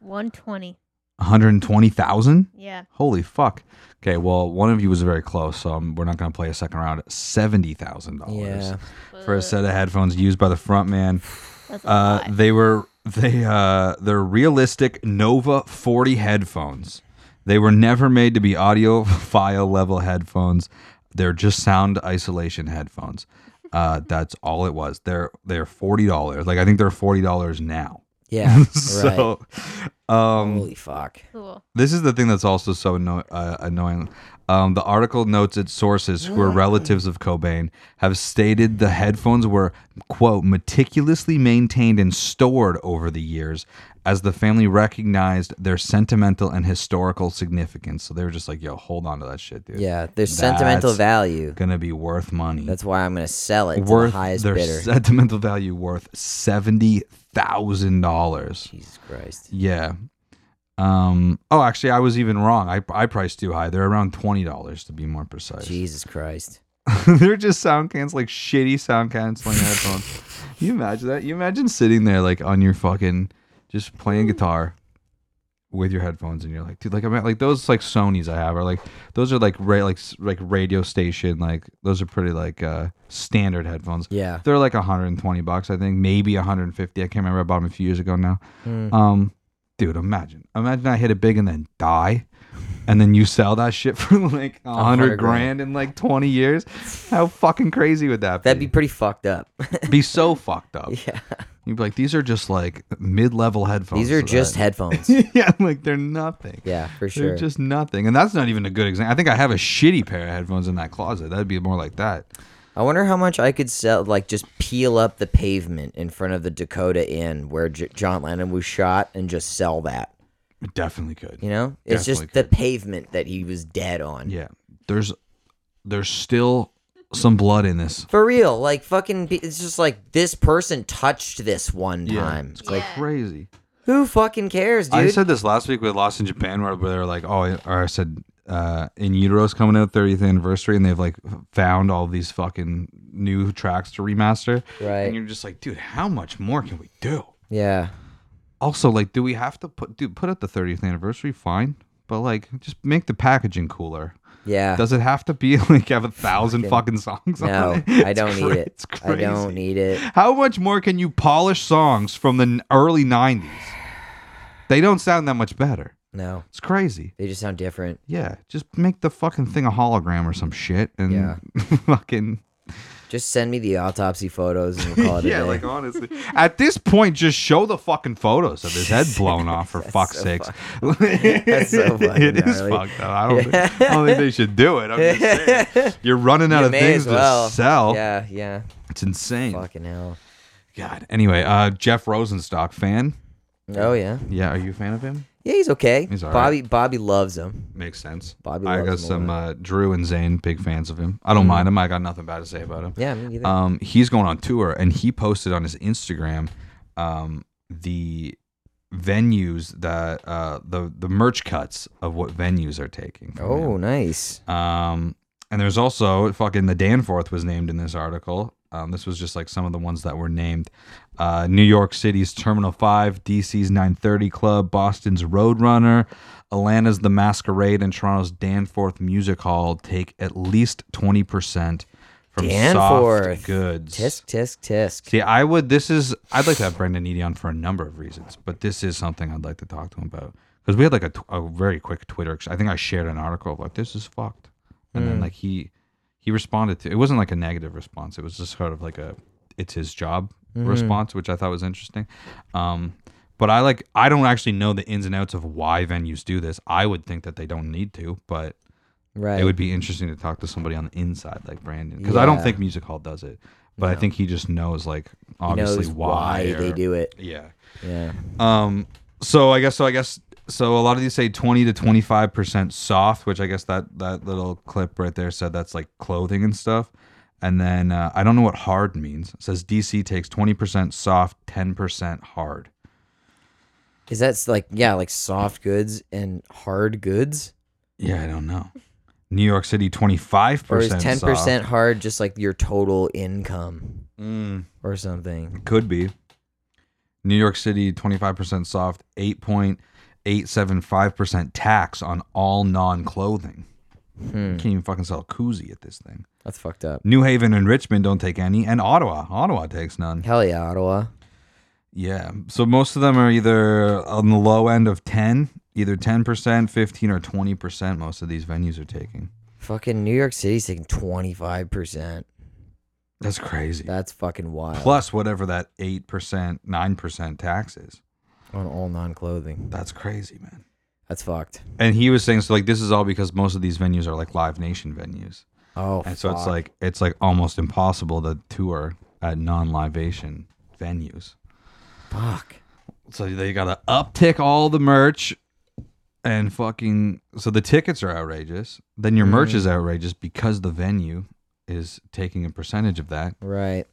C: 120.
A: one hundred twenty thousand.
C: Yeah.
A: Holy fuck. Okay, well, one of you was very close, so um, we're not going to play a second round. $70,000
B: Yeah.
A: for a set of headphones used by the frontman. Uh, they were they uh they're realistic Nova 40 headphones. They were never made to be audiophile level headphones. They're just sound isolation headphones. Uh, that's all it was. They're they're forty dollars. Like I think they're forty dollars now.
B: Yeah. right.
A: so, um,
B: Holy fuck.
C: Cool.
A: this is the thing that's also so anno- uh, annoying. Um, the article notes its sources, who are relatives of Cobain, have stated the headphones were, quote, meticulously maintained and stored over the years as the family recognized their sentimental and historical significance. So they were just like, yo, hold on to that shit, dude.
B: Yeah. There's sentimental
A: That's
B: value.
A: Gonna be worth money.
B: That's why I'm gonna sell it to
A: worth
B: the highest
A: their
B: bidder.
A: sentimental value worth $70,000.
B: Jesus Christ.
A: Yeah. Um. Oh, actually, I was even wrong. I I priced too high. They're around twenty dollars to be more precise.
B: Jesus Christ.
A: They're just sound cans like shitty sound canceling headphones. You imagine that? You imagine sitting there like on your fucking just playing guitar with your headphones, and you're like, dude, like I'm at, like those like Sony's I have are like those are like ra- like s- like radio station like those are pretty like uh standard headphones.
B: Yeah.
A: They're like 120 bucks, I think, maybe 150. I can't remember. I bought them a few years ago now.
B: Hmm.
A: Um, dude, imagine, imagine I hit it big and then die, and then you sell that shit for like 100
B: hundred grand.
A: grand in like 20 years. How fucking crazy would that be?
B: That'd be pretty fucked up.
A: Be so fucked up.
B: yeah.
A: You'd be like, these are just like mid-level headphones.
B: These are
A: to
B: just
A: that.
B: headphones.
A: yeah, like they're nothing.
B: Yeah, for
A: They're
B: sure.
A: just nothing, and that's not even a good example. I think I have a shitty pair of headphones in that closet. That'd be more like that.
B: I wonder how much I could sell, like just peel up the pavement in front of the Dakota Inn where J- John Lennon was shot and just sell that.
A: Definitely could.
B: You know, it's just
A: Definitely
B: the pavement that he was dead on.
A: Yeah. There's there's still some blood in this.
B: For real, like fucking, pe- it's just like this person touched this one time.
A: It's like crazy.
B: Who fucking cares, dude?
A: I said this last week with Lost in Japan where, where they were like, oh, I- or I said uh, in Utero's coming out 30th anniversary and they've like found all these fucking new tracks to remaster.
B: Right.
A: And you're just like, dude, how much more can we do?
B: yeah,
A: Also, like, do we have to put dude put out the 30th anniversary? Fine. But like just make the packaging cooler.
B: Yeah.
A: Does it have to be like have a thousand fucking
B: Fucking-
A: songs?
B: no,
A: on it?
B: I
A: It's
B: don't need
A: cra-
B: it.
A: It's
B: I
A: crazy.
B: don't need it.
A: How much more can you polish songs from the n- early '90s? They don't sound that much better.
B: No,
A: It's crazy.
B: they just sound different.
A: Yeah, just make the fucking thing a hologram or some shit, and
B: Yeah.
A: fucking
B: Just send me the autopsy photos and we'll call it
A: yeah,
B: a day.
A: like honestly, at this point, just show the fucking photos of his head blown off for fuck's
B: so
A: sakes.
B: That's so fucking
A: it is
B: gnarly.
A: fucked up. I don't, think, I don't think they should do it. I'm just saying, you're running out
B: You
A: of
B: may
A: things
B: as well.
A: to sell.
B: Yeah, yeah.
A: It's insane.
B: Fucking hell.
A: God. Anyway, uh, Jeff Rosenstock fan.
B: Oh yeah.
A: Yeah, are you a fan of him?
B: Yeah, he's okay.
A: He's all
B: Bobby Bobby loves him.
A: Makes sense.
B: Bobby
A: I got
B: loves him a
A: some
B: lot.
A: uh, Drew and Zane, big fans of him. I don't mind him. I got nothing bad to say about him.
B: Mm-hmm. Yeah, me either.
A: um, he's going on tour and he posted on his Instagram um, the venues that uh, the the merch cuts of what venues are taking. from
B: oh,
A: him.
B: nice.
A: um, and there's also fucking the Danforth was named in this article. Um, this was just like some of the ones that were named. Uh, New York City's Terminal 5, DC's 930 Club, Boston's Roadrunner, Atlanta's The Masquerade, and Toronto's Danforth Music Hall take at least 20% from soft
B: Danforth.
A: goods.
B: Tisk tisk tisk.
A: See, I would. This is. I'd like to have Brendan Eady on for a number of reasons, but this is something I'd like to talk to him about because we had like a, tw- a very quick Twitter. ex- I think I shared an article of like this is fucked, and then like he he responded to. It wasn't like a negative response. It was just sort of like a it's his job response, which I thought was interesting. Um, but I like I don't actually know the ins and outs of why venues do this. I would think that they don't need to, but
B: Right.
A: it would be interesting to talk to somebody on the inside like Brandon because I don't
B: Yeah.
A: think Music Hall does it, but I think he just knows like
B: He knows
A: obviously why,
B: they
A: or-
B: do it.
A: Yeah.
B: Yeah.
A: Um. So I guess so. I guess so. A lot of these say twenty to twenty five percent soft, which I guess that that little clip right there said that's like clothing and stuff. And then uh, I don't know what hard means. It says DC takes twenty percent soft, ten percent hard.
B: Is that like yeah, like soft goods and hard goods?
A: Yeah, I don't know. New York City twenty five
B: Or is
A: percent.
B: ten percent hard just like your total income
A: Mm.
B: or something?
A: Could be. New York City, 25% soft, 8.875% tax on all non clothing. Can't even fucking sell a koozie at this thing.
B: That's fucked up.
A: New Haven and Richmond don't take any, and Ottawa. Ottawa takes none.
B: Hell yeah, Ottawa.
A: Yeah. So most of them are either on the low end of 10, either 10%, 15, or 20%. Most of these venues are taking.
B: Fucking New York City's taking twenty five percent.
A: That's crazy.
B: That's fucking wild.
A: Plus whatever that 8%, 9% tax is.
B: on all non clothing.
A: That's crazy, man.
B: That's fucked.
A: and he was saying so like this is all because most of these venues are like live nation venues
B: Oh,
A: and so it's
B: fuck.
A: like it's like almost impossible to tour at non-livation venues
B: fuck.
A: so they gotta uptick all the merch and fucking so the tickets are outrageous then your merch
B: Mm-hmm.
A: is outrageous because the venue is taking a percentage of that
B: Right.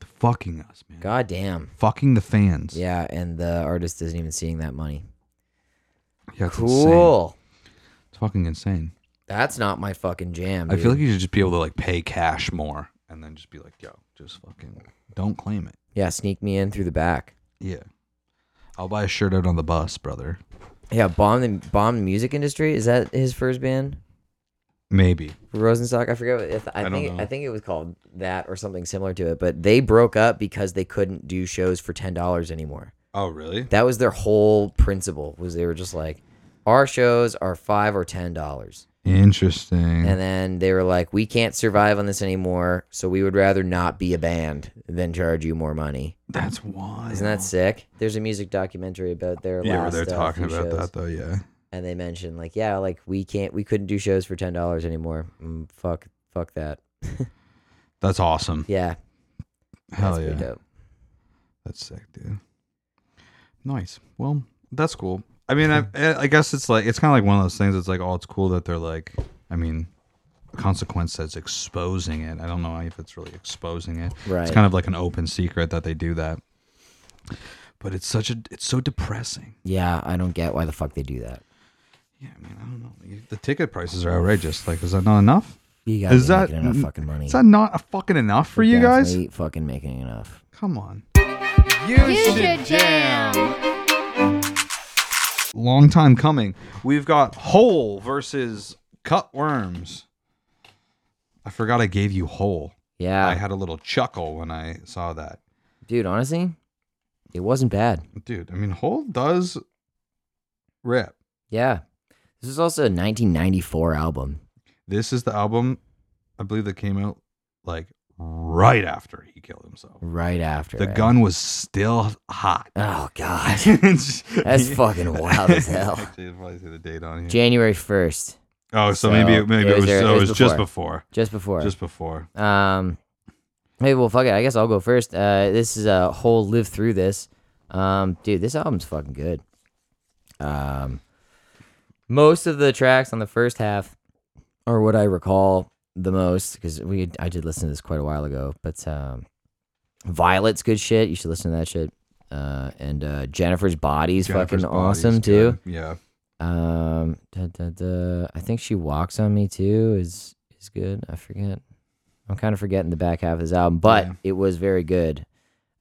A: fucking us man
B: God damn.
A: fucking the fans
B: Yeah, and the artist isn't even seeing that money.
A: yeah it's insane.
B: Cool.
A: it's fucking insane
B: That's not my fucking jam.
A: I feel like
B: dude.
A: you should just be able to like pay cash more and then just be like, yo, just fucking don't claim it.
B: yeah, sneak me in through the back.
A: Yeah. I'll buy a shirt out on the bus, brother.
B: Yeah, bomb the bomb the music industry. Is that his first band?
A: Maybe.
B: Rosenstock. I forget. What, if, I,
A: don't
B: think
A: know.
B: I think it was called that or something similar to it. But they broke up because they couldn't do shows for ten dollars anymore.
A: Oh, really?
B: That was their whole principle. Was they were just like, our shows are five or ten dollars.
A: Interesting.
B: And then they were like, we can't survive on this anymore, so we would rather not be a band than charge you more money.
A: That's wild.
B: Isn't that sick? There's a music documentary about their
A: yeah, where
B: last
A: they're
B: uh,
A: talking
B: few
A: about
B: shows,
A: that though, yeah.
B: and they mentioned like, yeah, like we can't, we couldn't do shows for ten dollars anymore. Mm, fuck, fuck that.
A: That's awesome.
B: Yeah,
A: Hell
B: that's pretty
A: yeah.
B: dope.
A: That's sick, dude. Nice. Well, that's cool. I mean, I, eh, I guess it's like it's kind of like one of those things. It's like, oh, it's cool that they're like. I mean, consequence that's exposing it. I don't know if it's really exposing it. It's
B: Right.
A: kind of like an open secret that they do that. But it's such a. It's so depressing.
B: Yeah, I don't get why the fuck they do that.
A: Yeah, I mean, I don't know. The ticket prices are outrageous. Like, is that not enough?
B: You guys
A: Is
B: are
A: that
B: making enough fucking money.
A: Is that not fucking enough for you guys?
B: Definitely fucking making enough.
A: Come on.
C: Use your jam.
A: long time coming. We've got Hole versus cut worms. I forgot I gave you whole. I
B: Yeah,
A: had a little chuckle when I saw that.
B: dude. Honestly, it wasn't bad.
A: Dude, I mean, whole does rip.
B: Yeah, this is also a 1994 album.
A: This is the album I believe that came out like right after he killed himself.
B: Right after
A: The
B: it.
A: gun was still hot.
B: Oh God,
A: That's
B: That's fucking wild as hell.
A: Actually, I'll probably see the date on here.
B: January 1st,
A: oh, so, maybe
B: So,
A: it- maybe
B: it
A: it
B: was
A: was,
B: there-
A: so
B: it
A: it
B: was
A: was just before,
B: just before.
A: just before.
B: Um, hey, well, fuck it. I guess I'll go first. Uh, this is a whole live through this. Um, dude, this album's fucking good. Um, most of the tracks on the first half are what I recall the most because we I did listen to this quite a while ago. But um, Violet's good shit. You should listen to that shit. Uh, and uh, Jennifer's body's
A: Jennifer's
B: fucking
A: Body's
B: awesome too.
A: good. Yeah,
B: Um, da, da, da. I think she walks on me too. Is is good. I forget. I'm kind of forgetting the back half of this album, but
A: Yeah.
B: it was very good.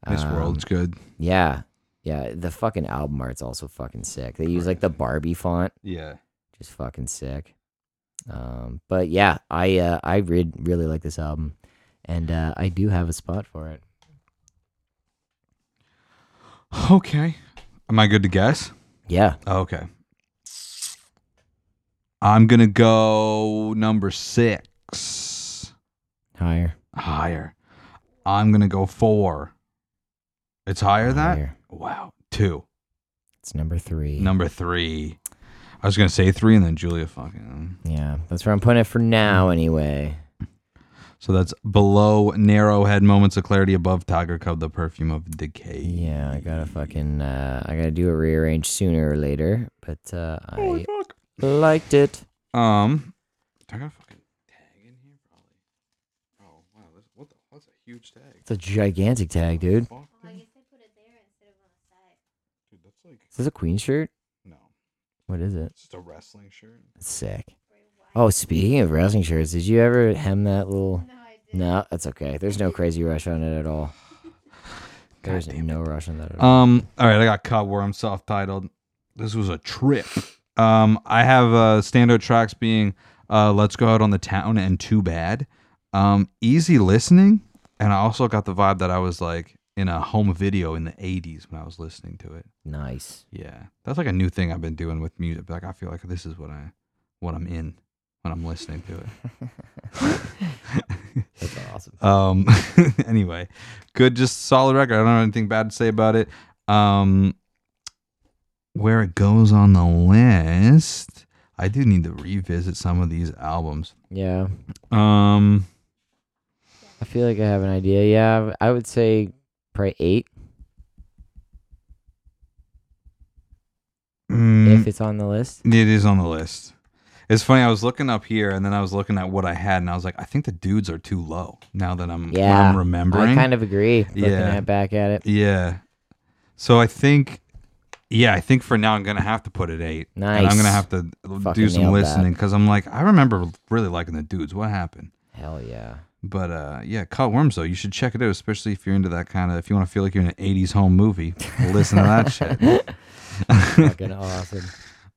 A: this
B: Um,
A: world's good.
B: Yeah, yeah. The fucking album art's also fucking sick. They use like the Barbie font,
A: Yeah,
B: just fucking sick. Um, but yeah, I uh, I read really like this album, and uh, I do have a spot for it.
A: Okay. Am I good to guess? Oh,
B: Yeah,
A: Okay. I'm going to go number six
B: higher.
A: higher. I'm going to go four. It's higher than that?
B: Higher.
A: Wow. Two.
B: It's number three.
A: Number three. I was going to say three and then Julia fucking.
B: yeah, that's where I'm putting it for
A: Mm.
B: now. Anyway.
A: So that's below narrow head moments of clarity, above Tiger Cub, the perfume of decay.
B: Yeah, I gotta fucking, uh, I gotta do a rearrange sooner or later, but uh, I liked it.
A: Um, do I got a fucking tag in here? Probably. Oh, wow. This, what the? That's a huge tag.
B: It's a gigantic tag, dude.
A: Fuck, dude. Dude, that's like
B: Is this a Queen shirt?
A: no.
B: What is it?
A: It's just a wrestling shirt.
B: It's sick. Oh, speaking of wrestling shirts, did you ever hem that little? No, that's okay. There's no crazy rush on it at all. There's no rush on that at all.
A: Um. All right, I got Cut Worm self-titled. This was a trip. Um, I have uh, standout tracks being uh, "Let's Go Out on the Town" and "Too Bad." Um, easy listening, and I also got the vibe that I was like in a home video in the '80s when I was listening to it.
B: Nice.
A: Yeah, that's like a new thing I've been doing with music. Like I feel like this is what I, what I'm in when I'm listening to it.
B: That's awesome.
A: Um, anyway, good, just solid record. I don't have anything bad to say about it. Um, where it goes on the list, I do need to revisit some of these albums.
B: Yeah,
A: Um,
B: I feel like I have an idea. Yeah, I would say probably eight
A: mm,
B: if it's on the list.
A: it is on the list. It's funny. I was looking up here, and then I was looking at what I had, and I was like, I think the dudes are too low. Now that I'm, when
B: Yeah,
A: I'm remembering.
B: I kind of agree. Looking
A: Yeah.
B: at back at it.
A: Yeah. So I think, yeah, I think for now I'm gonna have to put it eight. And I'm
B: Nice.
A: gonna have to
B: Fucking
A: do some
B: nailed that.
A: listening because I'm like, I remember really liking the dudes. What happened?
B: Hell yeah.
A: But uh, yeah, Cut Worms though, you should check it out, especially if you're into that kind of. If you want to feel like you're in an '80s home movie, listen to that shit.
B: Fucking awesome.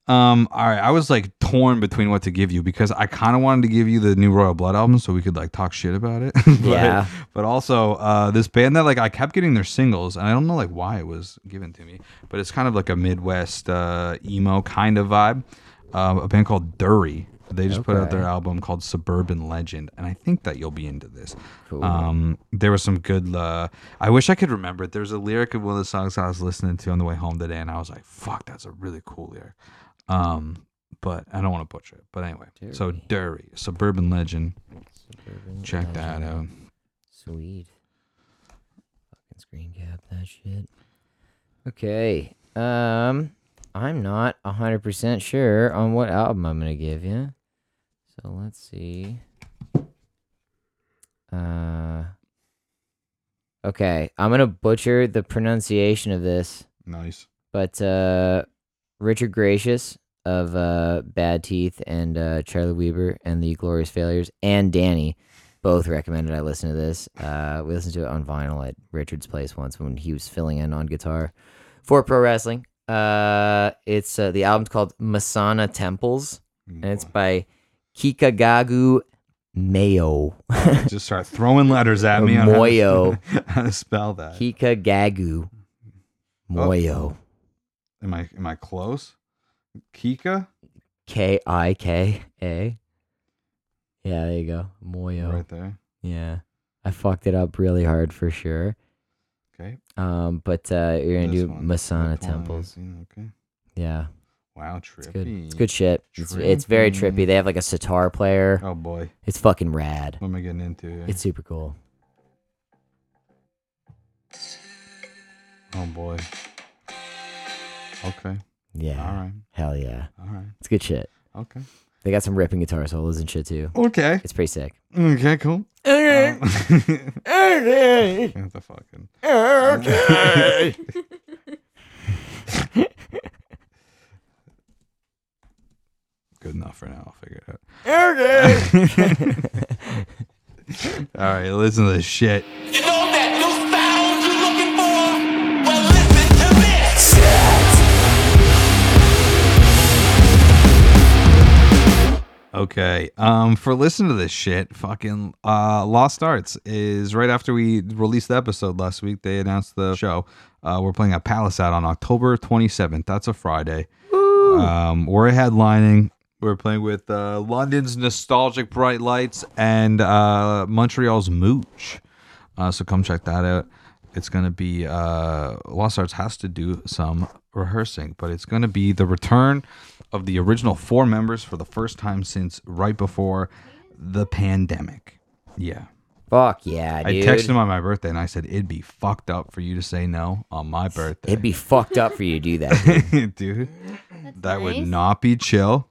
A: Um, all right, I was like torn between what to give you because I kind of wanted to give you the new Royal Blood album so we could like talk shit about it. but,
B: Yeah.
A: But also, uh, this band that like I kept getting their singles and I don't know like why it was given to me, but it's kind of like a Midwest uh, emo kind of vibe. Um, a band called Dury. They just put out their album called Suburban Legend, and I think that you'll be into this.
B: Cool.
A: Um, there was some good. Uh, I wish I could remember it. There's a lyric of one of the songs I was listening to on the way home today, and I was like, "Fuck, that's a really cool lyric." Um, but I don't want to butcher it. But anyway, so Derry, suburban legend. Check that out.
B: Sweet. Fucking screen cap that shit. Okay. Um, I'm not hundred percent sure on what album I'm gonna give you. So let's see. Uh. Okay, I'm gonna butcher the pronunciation of this,
A: Nice.
B: but uh, Richard Gracious of uh, Bad Teeth and uh, Charlie Weaver and the Glorious Failures and Danny both recommended I listen to this. Uh, we listened to it on vinyl at Richard's place once when he was filling in on guitar for pro wrestling. Uh, it's uh, the album's called Masana Temples, and it's by Kikagagu Mayo.
A: Just start throwing letters at me. on how to-
B: Moyo.
A: How to spell that?
B: Kikagagu Moyo.
A: Am I am I close? Kika.
B: K I K A. Yeah, there you go. Moyo.
A: Right there.
B: Yeah. I fucked it up really hard for sure.
A: Okay.
B: Um, but uh, you're gonna
A: This
B: do
A: one.
B: Masana
A: That one I haven't
B: temples.
A: seen. Okay.
B: Yeah,
A: Wow, trippy.
B: it's good. It's good shit. It's, it's very
A: Trippy.
B: trippy. They have like a sitar player.
A: Oh boy,
B: It's fucking rad.
A: what am I getting into? Here?
B: It's super cool.
A: oh boy. Okay.
B: Yeah.
A: All right.
B: Hell yeah.
A: All right.
B: It's good shit.
A: Okay.
B: They got some ripping guitar solos and shit too.
A: Okay.
B: It's pretty sick.
A: Okay. Cool. Uh, what the fucking. Good enough for now. I'll figure it out. All right, listen to this shit.
D: You know that new sound you're looking for? Well, listen to this.
A: Okay. Um, for listen to this shit, fucking uh, Lost Arts is right after we released the episode last week. They announced the show. Uh, we're playing at Palace out on October 27th. That's a Friday. Um, we're headlining. We're playing with uh, London's Nostalgic Bright Lights and uh, Montreal's Mooch. Uh, so come check that out. It's going to be uh, Lost Arts has to do some rehearsing, but it's going to be the return of the original four members for the first time since right before the pandemic. Yeah.
B: Fuck yeah, dude.
A: I texted him on my birthday and I said, it'd be fucked up for you to say no on my birthday.
B: It'd be fucked up for you to do that. dude.
A: Dude,
C: That's
A: that would
C: nice.
A: not be chill.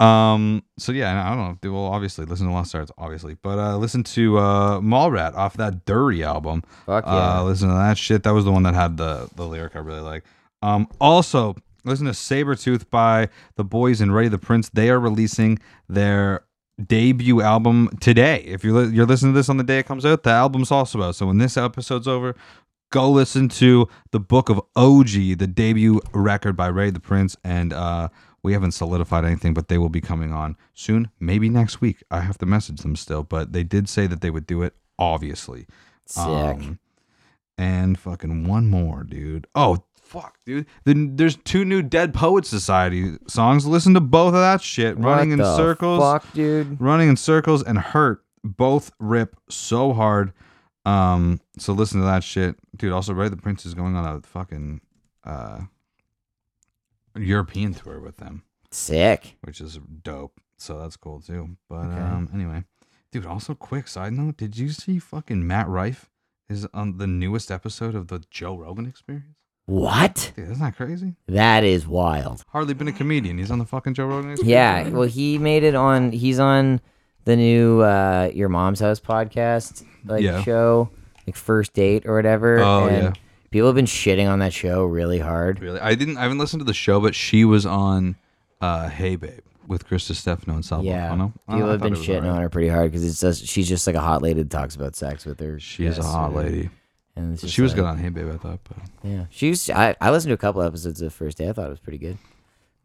A: Um. So yeah, and I don't know. dude, Well, obviously, listen to Lost Stars, obviously, but uh, listen to uh, Mallrat off that Dury album.
B: Fuck yeah.
A: Uh, listen to that shit. That was the one that had the the lyric I really like. Um. Also, listen to Sabretooth by the Boys and Ready the Prince. They are releasing their debut album today. If you're li- you're listening to this on the day it comes out, the album's also out. So when this episode's over, go listen to the book of og the debut record by ray the prince and uh we haven't solidified anything but they will be coming on soon maybe next week i have to message them still but they did say that they would do it obviously
B: Sick.
A: Um, and fucking one more dude oh fuck dude then there's two new dead poet society songs listen to both of that shit running
B: What
A: in
B: the
A: circles
B: Fuck, dude.
A: running in circles and hurt both rip so hard um so listen to that shit dude also ray the prince is going on a fucking uh european tour with them
B: Sick.
A: which is dope so that's cool too but
B: Okay.
A: um anyway dude also quick side note did you see fucking matt rife is on the newest episode of the joe rogan experience
B: What?
A: dude isn't that crazy
B: That is wild.
A: hardly been a comedian he's on the fucking joe rogan experience
B: Yeah, well, he made it on. He's on the new uh, Your Mom's House podcast, like
A: Yeah.
B: show, like first date or whatever.
A: Oh,
B: and
A: yeah.
B: People have been shitting on that show really hard.
A: Really, I didn't. I haven't listened to the show, but she was on uh, "Hey Babe" with Chris Stefano and Sal
B: Yeah,
A: Bufano. I-
B: people
A: I
B: have
A: thought
B: been
A: it was
B: shitting
A: alright.
B: on her pretty hard because it's just she's just like a hot lady that talks about sex with her.
A: She's a
B: guests
A: hot
B: or-
A: lady.
B: And it's just
A: She was
B: like-
A: good on "Hey Babe," I thought. But
B: Yeah, she was. I, I listened to a couple episodes of First Day. I thought it was pretty good.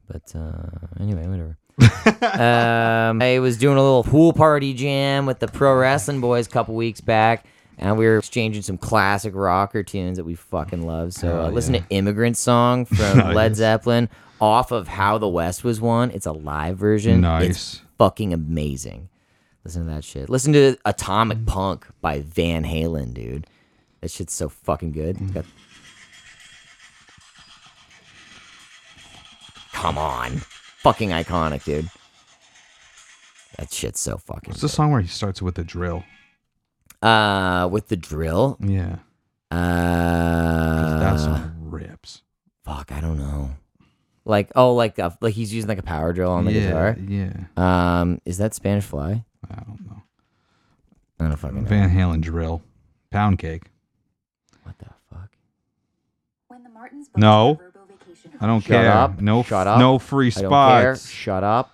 B: But uh, anyway, whatever. um, I was doing a little pool party jam with the pro wrestling boys a couple weeks back, and we were exchanging some classic rocker tunes that we fucking love. So uh, listen to "Immigrant Song" from Led Zeppelin off of "How the West Was Won." It's a live version.
A: Nice.
B: It's fucking amazing. Listen to that shit. Listen to "Atomic Punk" by Van Halen, dude. That shit's so fucking
A: Mm.
B: good. Got Come on. Fucking iconic, dude. That shit's so fucking
A: it's the song where he starts with a drill.
B: good. Uh with the drill.
A: Yeah,
B: Uh
A: that song rips.
B: fuck, I don't know. Like oh like a, like he's using like a power drill on the
A: yeah,
B: guitar.
A: yeah.
B: Um is that Spanish fly?
A: I don't know.
B: I don't fucking know.
A: Van Halen drill, pound cake.
B: What the fuck?
A: No. I don't
B: Shut
A: care.
B: up.
A: No,
B: Shut up.
A: no free
B: I don't care.
A: spots.
B: Shut up.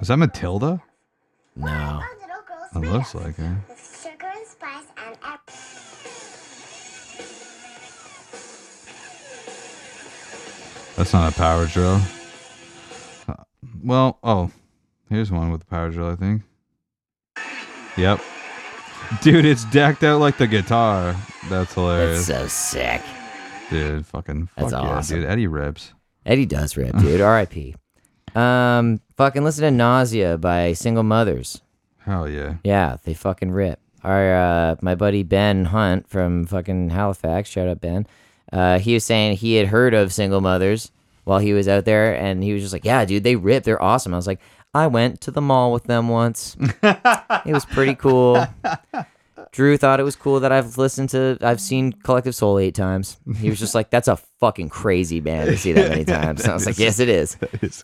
A: Is that Matilda?
B: No.
A: It looks like her.
G: with sugar and spice and apple.
A: That's not a power drill. Uh, Well, oh, here's one with the power drill, I think. Yep. Dude, it's decked out like the guitar. That's
B: That's
A: hilarious.
B: so sick.
A: dude, fucking fuck
B: That's
A: yeah,
B: awesome.
A: dude. Eddie rips.
B: Eddie does rip, dude. R.I.P. Um, fucking listen to Nausea by Single Mothers.
A: Hell yeah.
B: Yeah, they fucking rip. Our uh, my buddy Ben Hunt from fucking Halifax, shout out Ben. Uh, he was saying he had heard of single mothers while he was out there, and he was just like, "Yeah, dude, they rip. They're awesome." I was like, "I went to the mall with them once. it was pretty cool." Drew thought it was cool that I've listened to, I've seen Collective Soul eight times. He was just like, "That's a fucking crazy band to see that many times." And I was like, "Yes, it is."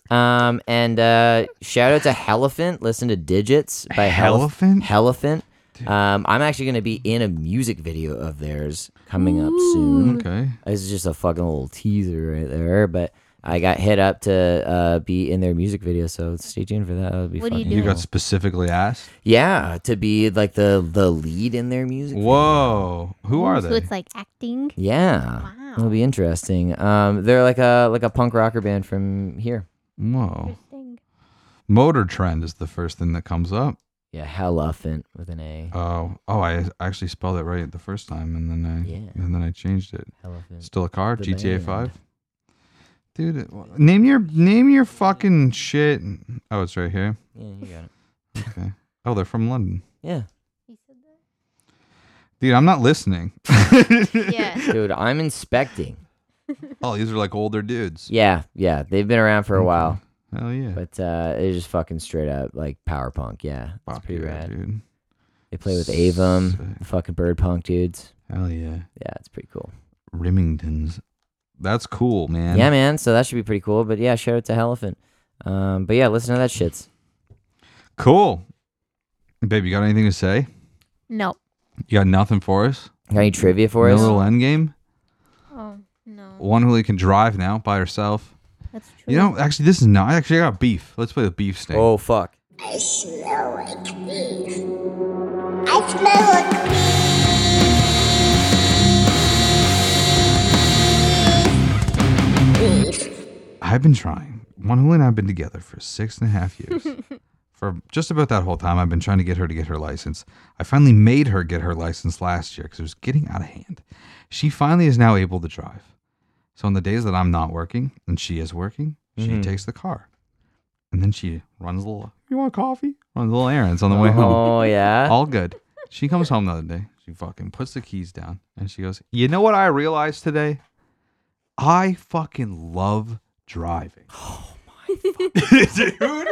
B: Um, and uh, shout out to Helephant. Listen to Digits by
A: Helephant?
B: Helephant. Um, I'm actually going to be in a music video of theirs coming up soon.
A: Okay.
B: This is just a fucking little teaser right there, but I got hit up to uh, be in their music video, so stay tuned for that. That'll be
C: What are you
B: fucking
A: You
C: doing?
A: got specifically asked?
B: yeah, to be like the the lead in their music.
A: Whoa. Who are
C: so
A: they?
C: it's like acting.
B: Yeah,
C: Wow.
B: it'll be interesting. Um, they're like a like a punk rocker band from here.
A: Whoa.
C: Interesting.
A: Motor trend is the first thing that comes up.
B: Yeah, Helephant with an A.
A: Oh, oh! I actually spelled it right the first time, and then I
B: Yeah.
A: and then I changed it.
B: Helephant.
A: Still a car,
B: The
A: GTA
B: band.
A: Five. Dude, it- name your name your fucking shit. Oh, it's right here.
B: Yeah, you got it.
A: Okay. Oh, they're from London.
B: Yeah.
C: He said that.
A: Dude, I'm not listening.
C: Yeah.
B: Dude, I'm inspecting.
A: oh, these are like older dudes.
B: Yeah, yeah. They've been around for a while.
A: Hell yeah.
B: But uh they're just fucking straight up like power punk, yeah.
A: Fuck
B: It's pretty
A: yeah,
B: rad.
A: dude.
B: They play with Avum,
A: Sick.
B: fucking bird punk dudes.
A: Hell yeah.
B: Yeah, it's pretty cool.
A: Remingtons. That's cool, man.
B: yeah, man. So that should be pretty cool. But yeah, shout out to Helephant. Um but yeah, listen to that shits.
A: Cool. Babe, you got anything to say?
C: no.
A: You got nothing for us?
B: Got any trivia for
A: No
B: us?
A: little end game?
C: Oh no.
A: One who can drive now by herself.
C: That's true.
A: You know, actually, this is not. Actually, I got beef. Let's play the beef snake.
B: Oh fuck.
G: I smell like beef. I smell like
A: I've been trying. Manhul and I have been together for six and a half years. for just about that whole time, I've been trying to get her to get her license. I finally made her get her license last year because it was getting out of hand. She finally is now able to drive. So on the days that I'm not working and she is working, she
B: Mm-hmm.
A: takes the car. And then she runs a little, you want coffee? Runs a little errands on the way home.
B: Oh yeah.
A: All good. She comes home the other day. She fucking puts the keys down and she goes, You know what I realized today? I fucking love driving. Oh my fucking dude,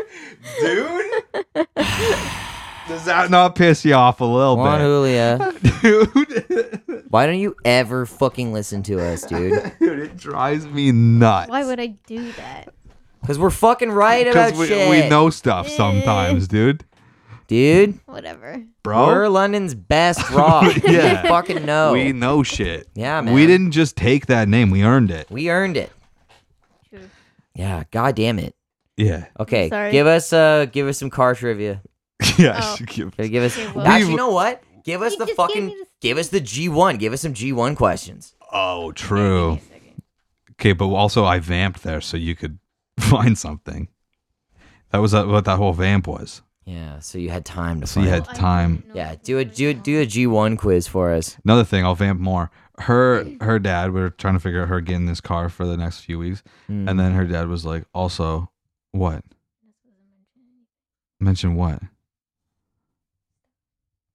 A: dude. Does that not piss you off a little
B: Juan Julia.
A: bit? Dude.
B: Why don't you ever fucking listen to us, dude?
A: dude, it drives me nuts.
C: Why would I do that?
B: Because we're fucking right about
A: Because we,
B: shit.
A: we know stuff sometimes, dude.
B: Dude.
C: Whatever.
A: Bro.
B: We're London's best rock.
A: Yeah.
B: You fucking know.
A: we
B: We,
A: know shit.
B: Yeah, man.
A: We didn't just take that name. We earned it.
B: earned it.
C: True.
B: Yeah, god damn it.
A: Yeah.
B: Okay,
C: Sorry.
B: give us uh give us some car trivia.
A: Yeah.
C: Oh.
A: she give-
B: Okay, Give us
C: Okay, well-
B: Actually, you know what? Give us
C: You
B: the
C: just gave
B: fucking
C: me the-
B: give us the G1. Give us some G1 questions.
A: Oh, true. Okay, but also I vamped there so you could find something. That was uh, what that whole vamp was.
B: Yeah, so you had time to
A: So you
B: find
A: had time.
B: Yeah, do a do a- do a G1 quiz for us.
A: Another thing, I'll vamp more. Her her dad, we were trying to figure out her getting this car for the next few weeks,
B: Hmm.
A: and then her dad was like, "Also, what? Mention what?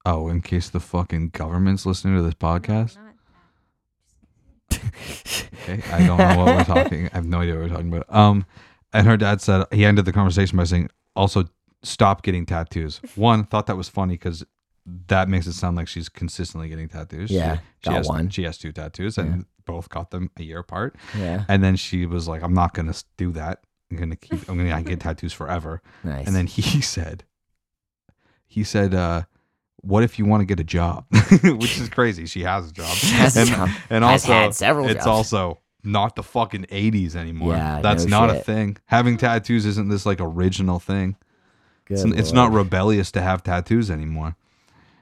A: Oh, in case the fucking government's listening to this podcast. Okay, I don't know what we're talking. I have no idea what we're talking about. Um, and her dad said he ended the conversation by saying, "Also, stop getting tattoos." One thought that was funny because that makes it sound like she's consistently getting tattoos. She-
B: Yeah,
A: she,
B: got
A: has,
B: one.
A: She has two tattoos, and both got them a year apart.
B: Yeah.
A: And then she was like, "I'm not gonna s- do that. I'm gonna keep. I'm gonna get tattoos forever."
B: Nice.
A: And then he said, "He said." uh what if you want to get a job? Which is crazy. She has a job.
B: Has a
A: and,
B: job.
A: and
B: Has
A: also
B: had several
A: it's
B: jobs.
A: also not the fucking 80s anymore.
B: Yeah,
A: That's
B: no
A: not a
B: shit.
A: thing. Having tattoos isn't this like original thing.
B: Good
A: It's, it's
B: lord.
A: not rebellious to have tattoos anymore.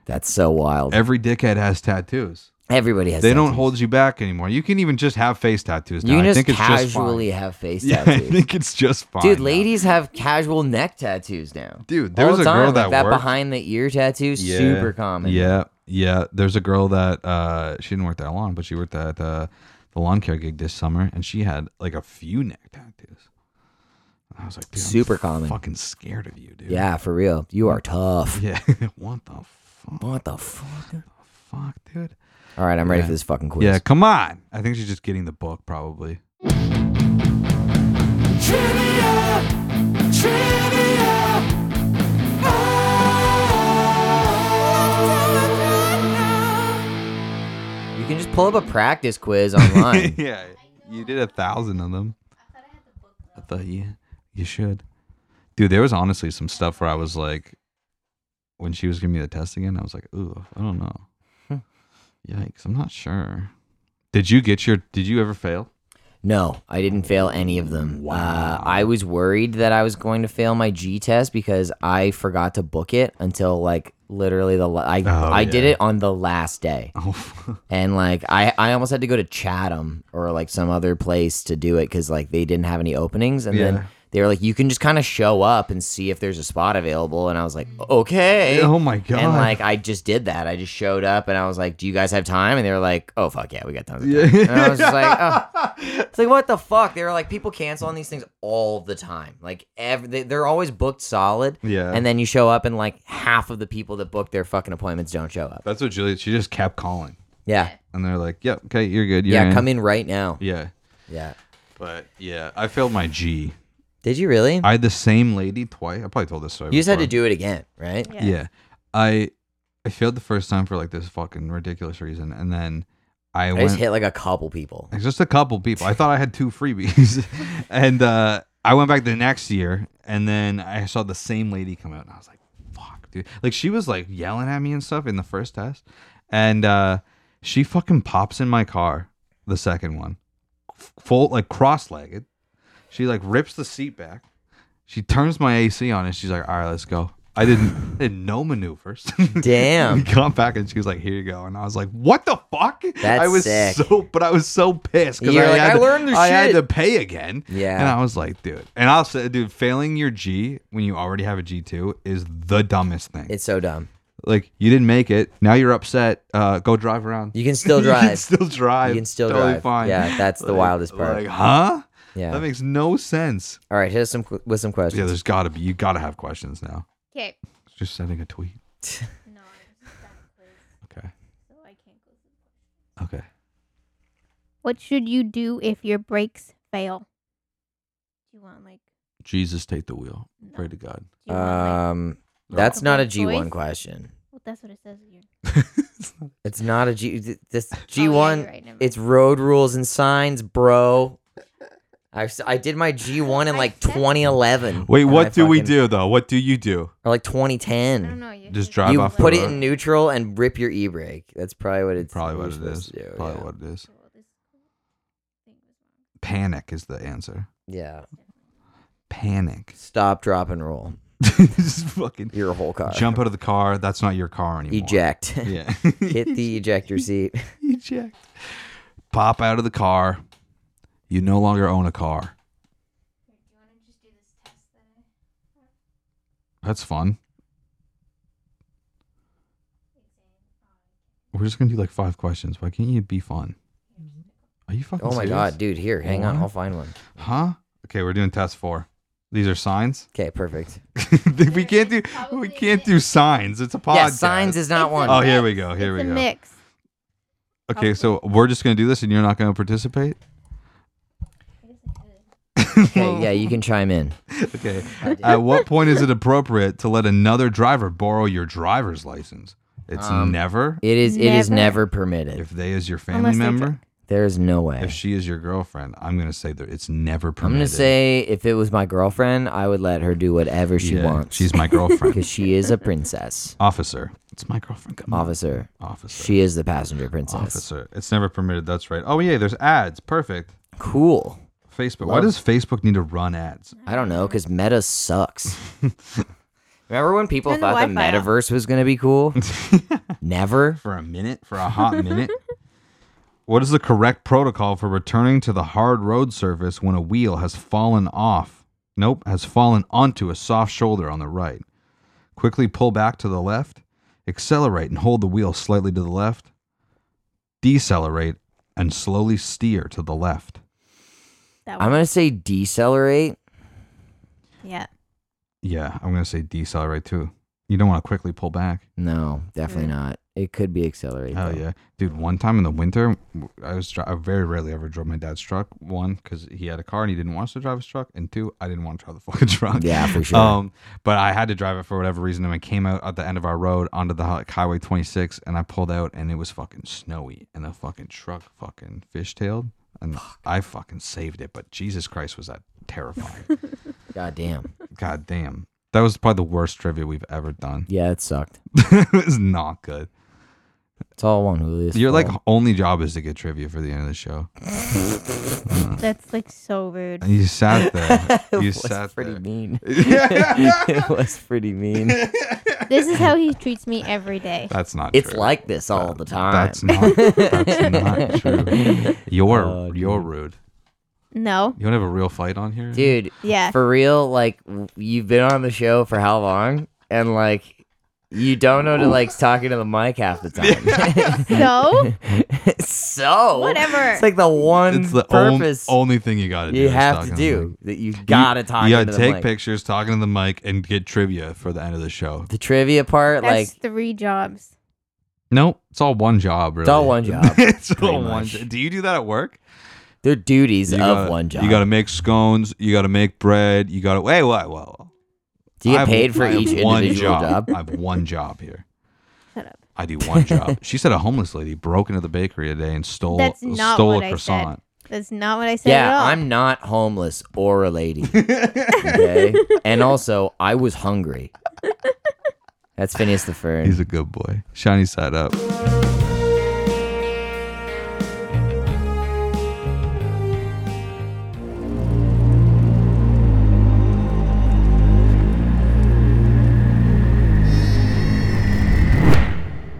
B: That's so wild.
A: Every dickhead has tattoos.
B: Everybody has.
A: They don't
B: tattoos.
A: hold you back anymore. You can even just have face tattoos now.
B: You can
A: I
B: just
A: think it's just
B: casually
A: fine.
B: have face
A: Yeah, I
B: tattoos.
A: think it's just fine.
B: Dude,
A: now.
B: ladies have casual neck tattoos now.
A: Dude,
B: All
A: there was
B: the
A: a girl
B: time,
A: that
B: like that
A: worked-
B: behind the ear tattoo,
A: Yeah.
B: super common.
A: Yeah, yeah. There's a girl that uh, she didn't work that long, but she worked at uh, the lawn care gig this summer, and she had like a few neck tattoos. And I was like, dude, I'm
B: Super common.
A: Fucking scared of you, dude.
B: Yeah, for real. You are tough.
A: Yeah. what the fuck?
B: What the fuck?
A: Fuck, dude.
B: All right, I'm ready
A: Yeah.
B: for this fucking quiz.
A: Yeah, come on. I think she's just getting the book, probably.
B: You can just pull up a practice quiz online.
A: yeah, you did a thousand of them. I thought you you should. Dude, there was honestly some stuff where I was like, when she was giving me the test again, I was like, ooh, I don't know. Hmm. Yikes, I'm not sure. Did you get your? Did you ever fail?
B: no, I didn't fail any of them. Uh, I was worried that I was going to fail my G test because I forgot to book it until like literally the la- I I did
A: Oh, yeah.
B: it on the last day.
A: Oh,
B: and like I, I almost had to go to Chatham or like some other place to do it because like they didn't have any openings, and
A: Yeah.
B: then they were like, you can just kind of show up and see if there's a spot available, and I was like, okay,
A: oh my god!
B: and like I just did that, I just showed up, and I was like, do you guys have time? And they were like, oh fuck yeah, we got tons of time,
A: Yeah.
B: and I was just like, oh. it's like what the fuck? They were like, people cancel on these things all the time, like every they, they're always booked solid,
A: Yeah.
B: and then you show up and like half of the people that book their fucking appointments don't show up,
A: that's what Julie. She just kept calling,
B: yeah.
A: and they're like, "Yep, okay, you're good. You're
B: Yeah,
A: in.
B: come in right now.
A: Yeah,
B: Yeah.
A: but yeah, I failed my G.
B: Did you really?
A: I had the same lady twice. I probably told this story.
B: you just had
A: before.
B: to do it again, right?
C: Yeah.
A: Yeah. I I failed the first time for like this fucking ridiculous reason and then I,
B: I
A: went
B: just hit like a couple people.
A: it's just a couple people. I thought I had two freebies. and uh I went back the next year and then I saw the same lady come out and I was like, fuck, dude. Like she was like yelling at me and stuff in the first test. And uh she fucking pops in my car, the second one. f- Full like cross legged. She like rips the seat back. She turns my AC on and she's like, all right, let's go. I didn't I did no maneuvers.
B: Damn.
A: we got back and she was like, "Here you go," and I was like, "What the fuck?"
B: That's
A: I was
B: sick.
A: so, but I was so pissed
B: You're
A: I
B: like,
A: had
B: "I
A: to,
B: learned this
A: I had
B: shit."
A: to pay again.
B: Yeah.
A: and I was like, "Dude," and I'll say, "Dude, failing your G when you already have a G two is the dumbest thing.
B: It's so dumb.
A: like you didn't make it. Now you're upset. Uh, go drive around.
B: You can still
A: you can
B: drive.
A: still drive.
B: You can still
A: totally
B: drive.
A: Fine.
B: Yeah, that's the wildest part.
A: Like, huh?
B: yeah.
A: That makes no sense.
B: All right, hit us some qu- with some questions.
A: Yeah, there's gotta be. You gotta have questions now.
C: Okay.
A: Just sending a tweet.
C: No, I just got a quiz,
A: Okay.
C: so I can't go. through.
A: Okay.
C: What should you do if your brakes fail? Do you want like?
A: Jesus, take the wheel. Pray to God.
C: Do you want, like
B: um, that's not a
C: Multiple
B: G one
C: choice?
B: question.
C: well, that's what it says here.
B: It's not a G. th- This G
C: you're
B: one.
C: right, never
B: it's road rules and signs, bro. I, s- I did my G one in
C: I
B: like
C: said-
B: 2011.
A: Wait,
B: and
A: what
B: I
A: do we
B: fucking-
A: do though? What do you do?
B: Or like
C: I don't
B: 2010.
C: know. You
A: Just
C: should-
A: drive
B: hmm. You
A: off the
B: put it
A: road.
B: in neutral and rip your e brake. That's probably what it's
A: Probably
B: you're
A: what it
B: supposed
A: is.
B: to do,
A: Probably
B: yeah.
A: what it is.
C: Well, this thing was wrong.
A: Panic is the answer.
B: Yeah.
A: Panic.
B: Stop, drop, and roll.
A: Just fucking
B: Your whole car.
A: jump out of the car. That's not your car anymore.
B: Eject.
A: Yeah.
B: Hit the ejector seat.
A: Eject. Pop out of the car. You no longer own a car. That's fun. We're just gonna do like five questions. Why can't you be fun? Are you fucking?
B: Oh my
A: serious?
B: god, dude. Here, hang on. I'll find one.
A: Huh? Okay, we're doing test four. These are signs.
B: Okay, perfect.
A: we can't do we can't do signs. It's a podcast.
B: Yeah, signs is not
C: It's a
B: one.
A: Oh, here
C: mix.
A: we go, here
C: it's
A: we go.
C: a mix.
A: okay. So we're just gonna do this, and you're not gonna participate.
B: Okay, yeah, you can chime in.
A: Okay. At what point is it appropriate to let another driver borrow your driver's license? It's
B: Um,
A: never
B: It is it is
C: Never.
B: never permitted.
A: if they is your family
C: Unless they're
A: member.
C: drunk.
B: There is no way.
A: If she is your girlfriend, I'm gonna say that it's never
B: I'm
A: permitted.
B: gonna say if it was my girlfriend, I would let her do whatever she
A: Yeah,
B: wants.
A: She's my girlfriend.
B: because she is a princess.
A: Officer, it's my girlfriend. Come on.
B: Officer.
A: Mm. Officer.
B: She is the passenger princess.
A: Officer. It's never permitted. That's right. Oh yeah, there's ads. Perfect.
B: Cool.
A: Facebook. Why does Facebook need to run ads?
B: I don't know, because Meta sucks. Remember when people
C: Turn the
B: thought the
C: Wi-Fi off.
B: metaverse was going to be cool? Never.
A: For a minute? For a hot minute? What is the correct protocol for returning to the hard road surface when a wheel has fallen off? Nope, has fallen onto a soft shoulder on the right. Quickly pull back to the left, accelerate and hold the wheel slightly to the left, decelerate and slowly steer to the left.
C: That
B: I'm
C: one.
B: gonna say decelerate.
C: yeah.
A: Yeah, I'm going to say decelerate too. You don't want to quickly pull back.
B: No, definitely not. It could be accelerated.
A: Hell
B: though.
A: yeah, dude! One time in the winter, w- I was dri- I very rarely ever drove my dad's truck. One, because he had a car and he didn't want us to drive his truck, and two, I didn't want to drive the fucking truck.
B: Yeah, for sure.
A: Um, but I had to drive it for whatever reason, and I came out at the end of our road onto the hi- highway 26, and I pulled out, and it was fucking snowy, and the fucking truck fucking fishtailed, and I fucking saved it. But Jesus Christ, was that terrifying?
B: God damn.
A: God damn, that was probably the worst trivia we've ever done.
B: Yeah, it sucked.
A: it was not good.
B: It's all one Julio's.
A: Your like
B: fault.
A: only job is to get trivia for the end of the show.
C: That's like so rude.
A: And you sat there. You
B: It was
A: sat
B: pretty
A: there.
B: mean.
A: Yeah.
B: it was pretty mean.
C: this is how he treats me every day.
A: That's not
B: It's
A: true.
B: like this all the time.
A: That's not that's not true. You're
B: Oh,
A: you're rude.
C: No.
A: You don't have a real fight on here?
B: dude.
C: Yeah.
B: For real, like w- you've been on the show for how long, and like you don't know to like talking to the mic half the time.
C: So
B: so
C: Whatever.
B: It's like the one
A: It's the on-
B: purpose
A: only thing you gotta do.
B: you
A: is
B: have
A: talk
B: to
A: on the mic.
B: do that. You gotta talk.
A: You gotta
B: into the
A: take
B: mic.
A: pictures, talking to the mic, and get trivia for the end of the show.
B: The trivia part,
C: that's
B: like
C: three jobs.
A: Nope. It's all one job, really.
B: all one job,
A: it's all
B: pretty
A: one
B: much.
A: jo- Do you do that at work?
B: they're duties
A: You
B: of
A: gotta-
B: one job.
A: You gotta make scones, you gotta make bread, you gotta wait, wait, whoa.
B: Do you get
A: I've-
B: paid for
A: I have
B: each
A: one
B: individual job?
A: I have one job here.
C: Shut up.
A: I do one job. she said a homeless lady broke into the bakery today and stole
C: That's not
A: stole
C: what
A: a
C: I
A: croissant.
C: said. That's not what I said at
B: Yeah,
C: all.
B: I'm not homeless or a lady. Okay, and also I was hungry. That's Phineas the Fern.
A: He's a good boy. Shiny side up.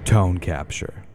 H: Tone capture.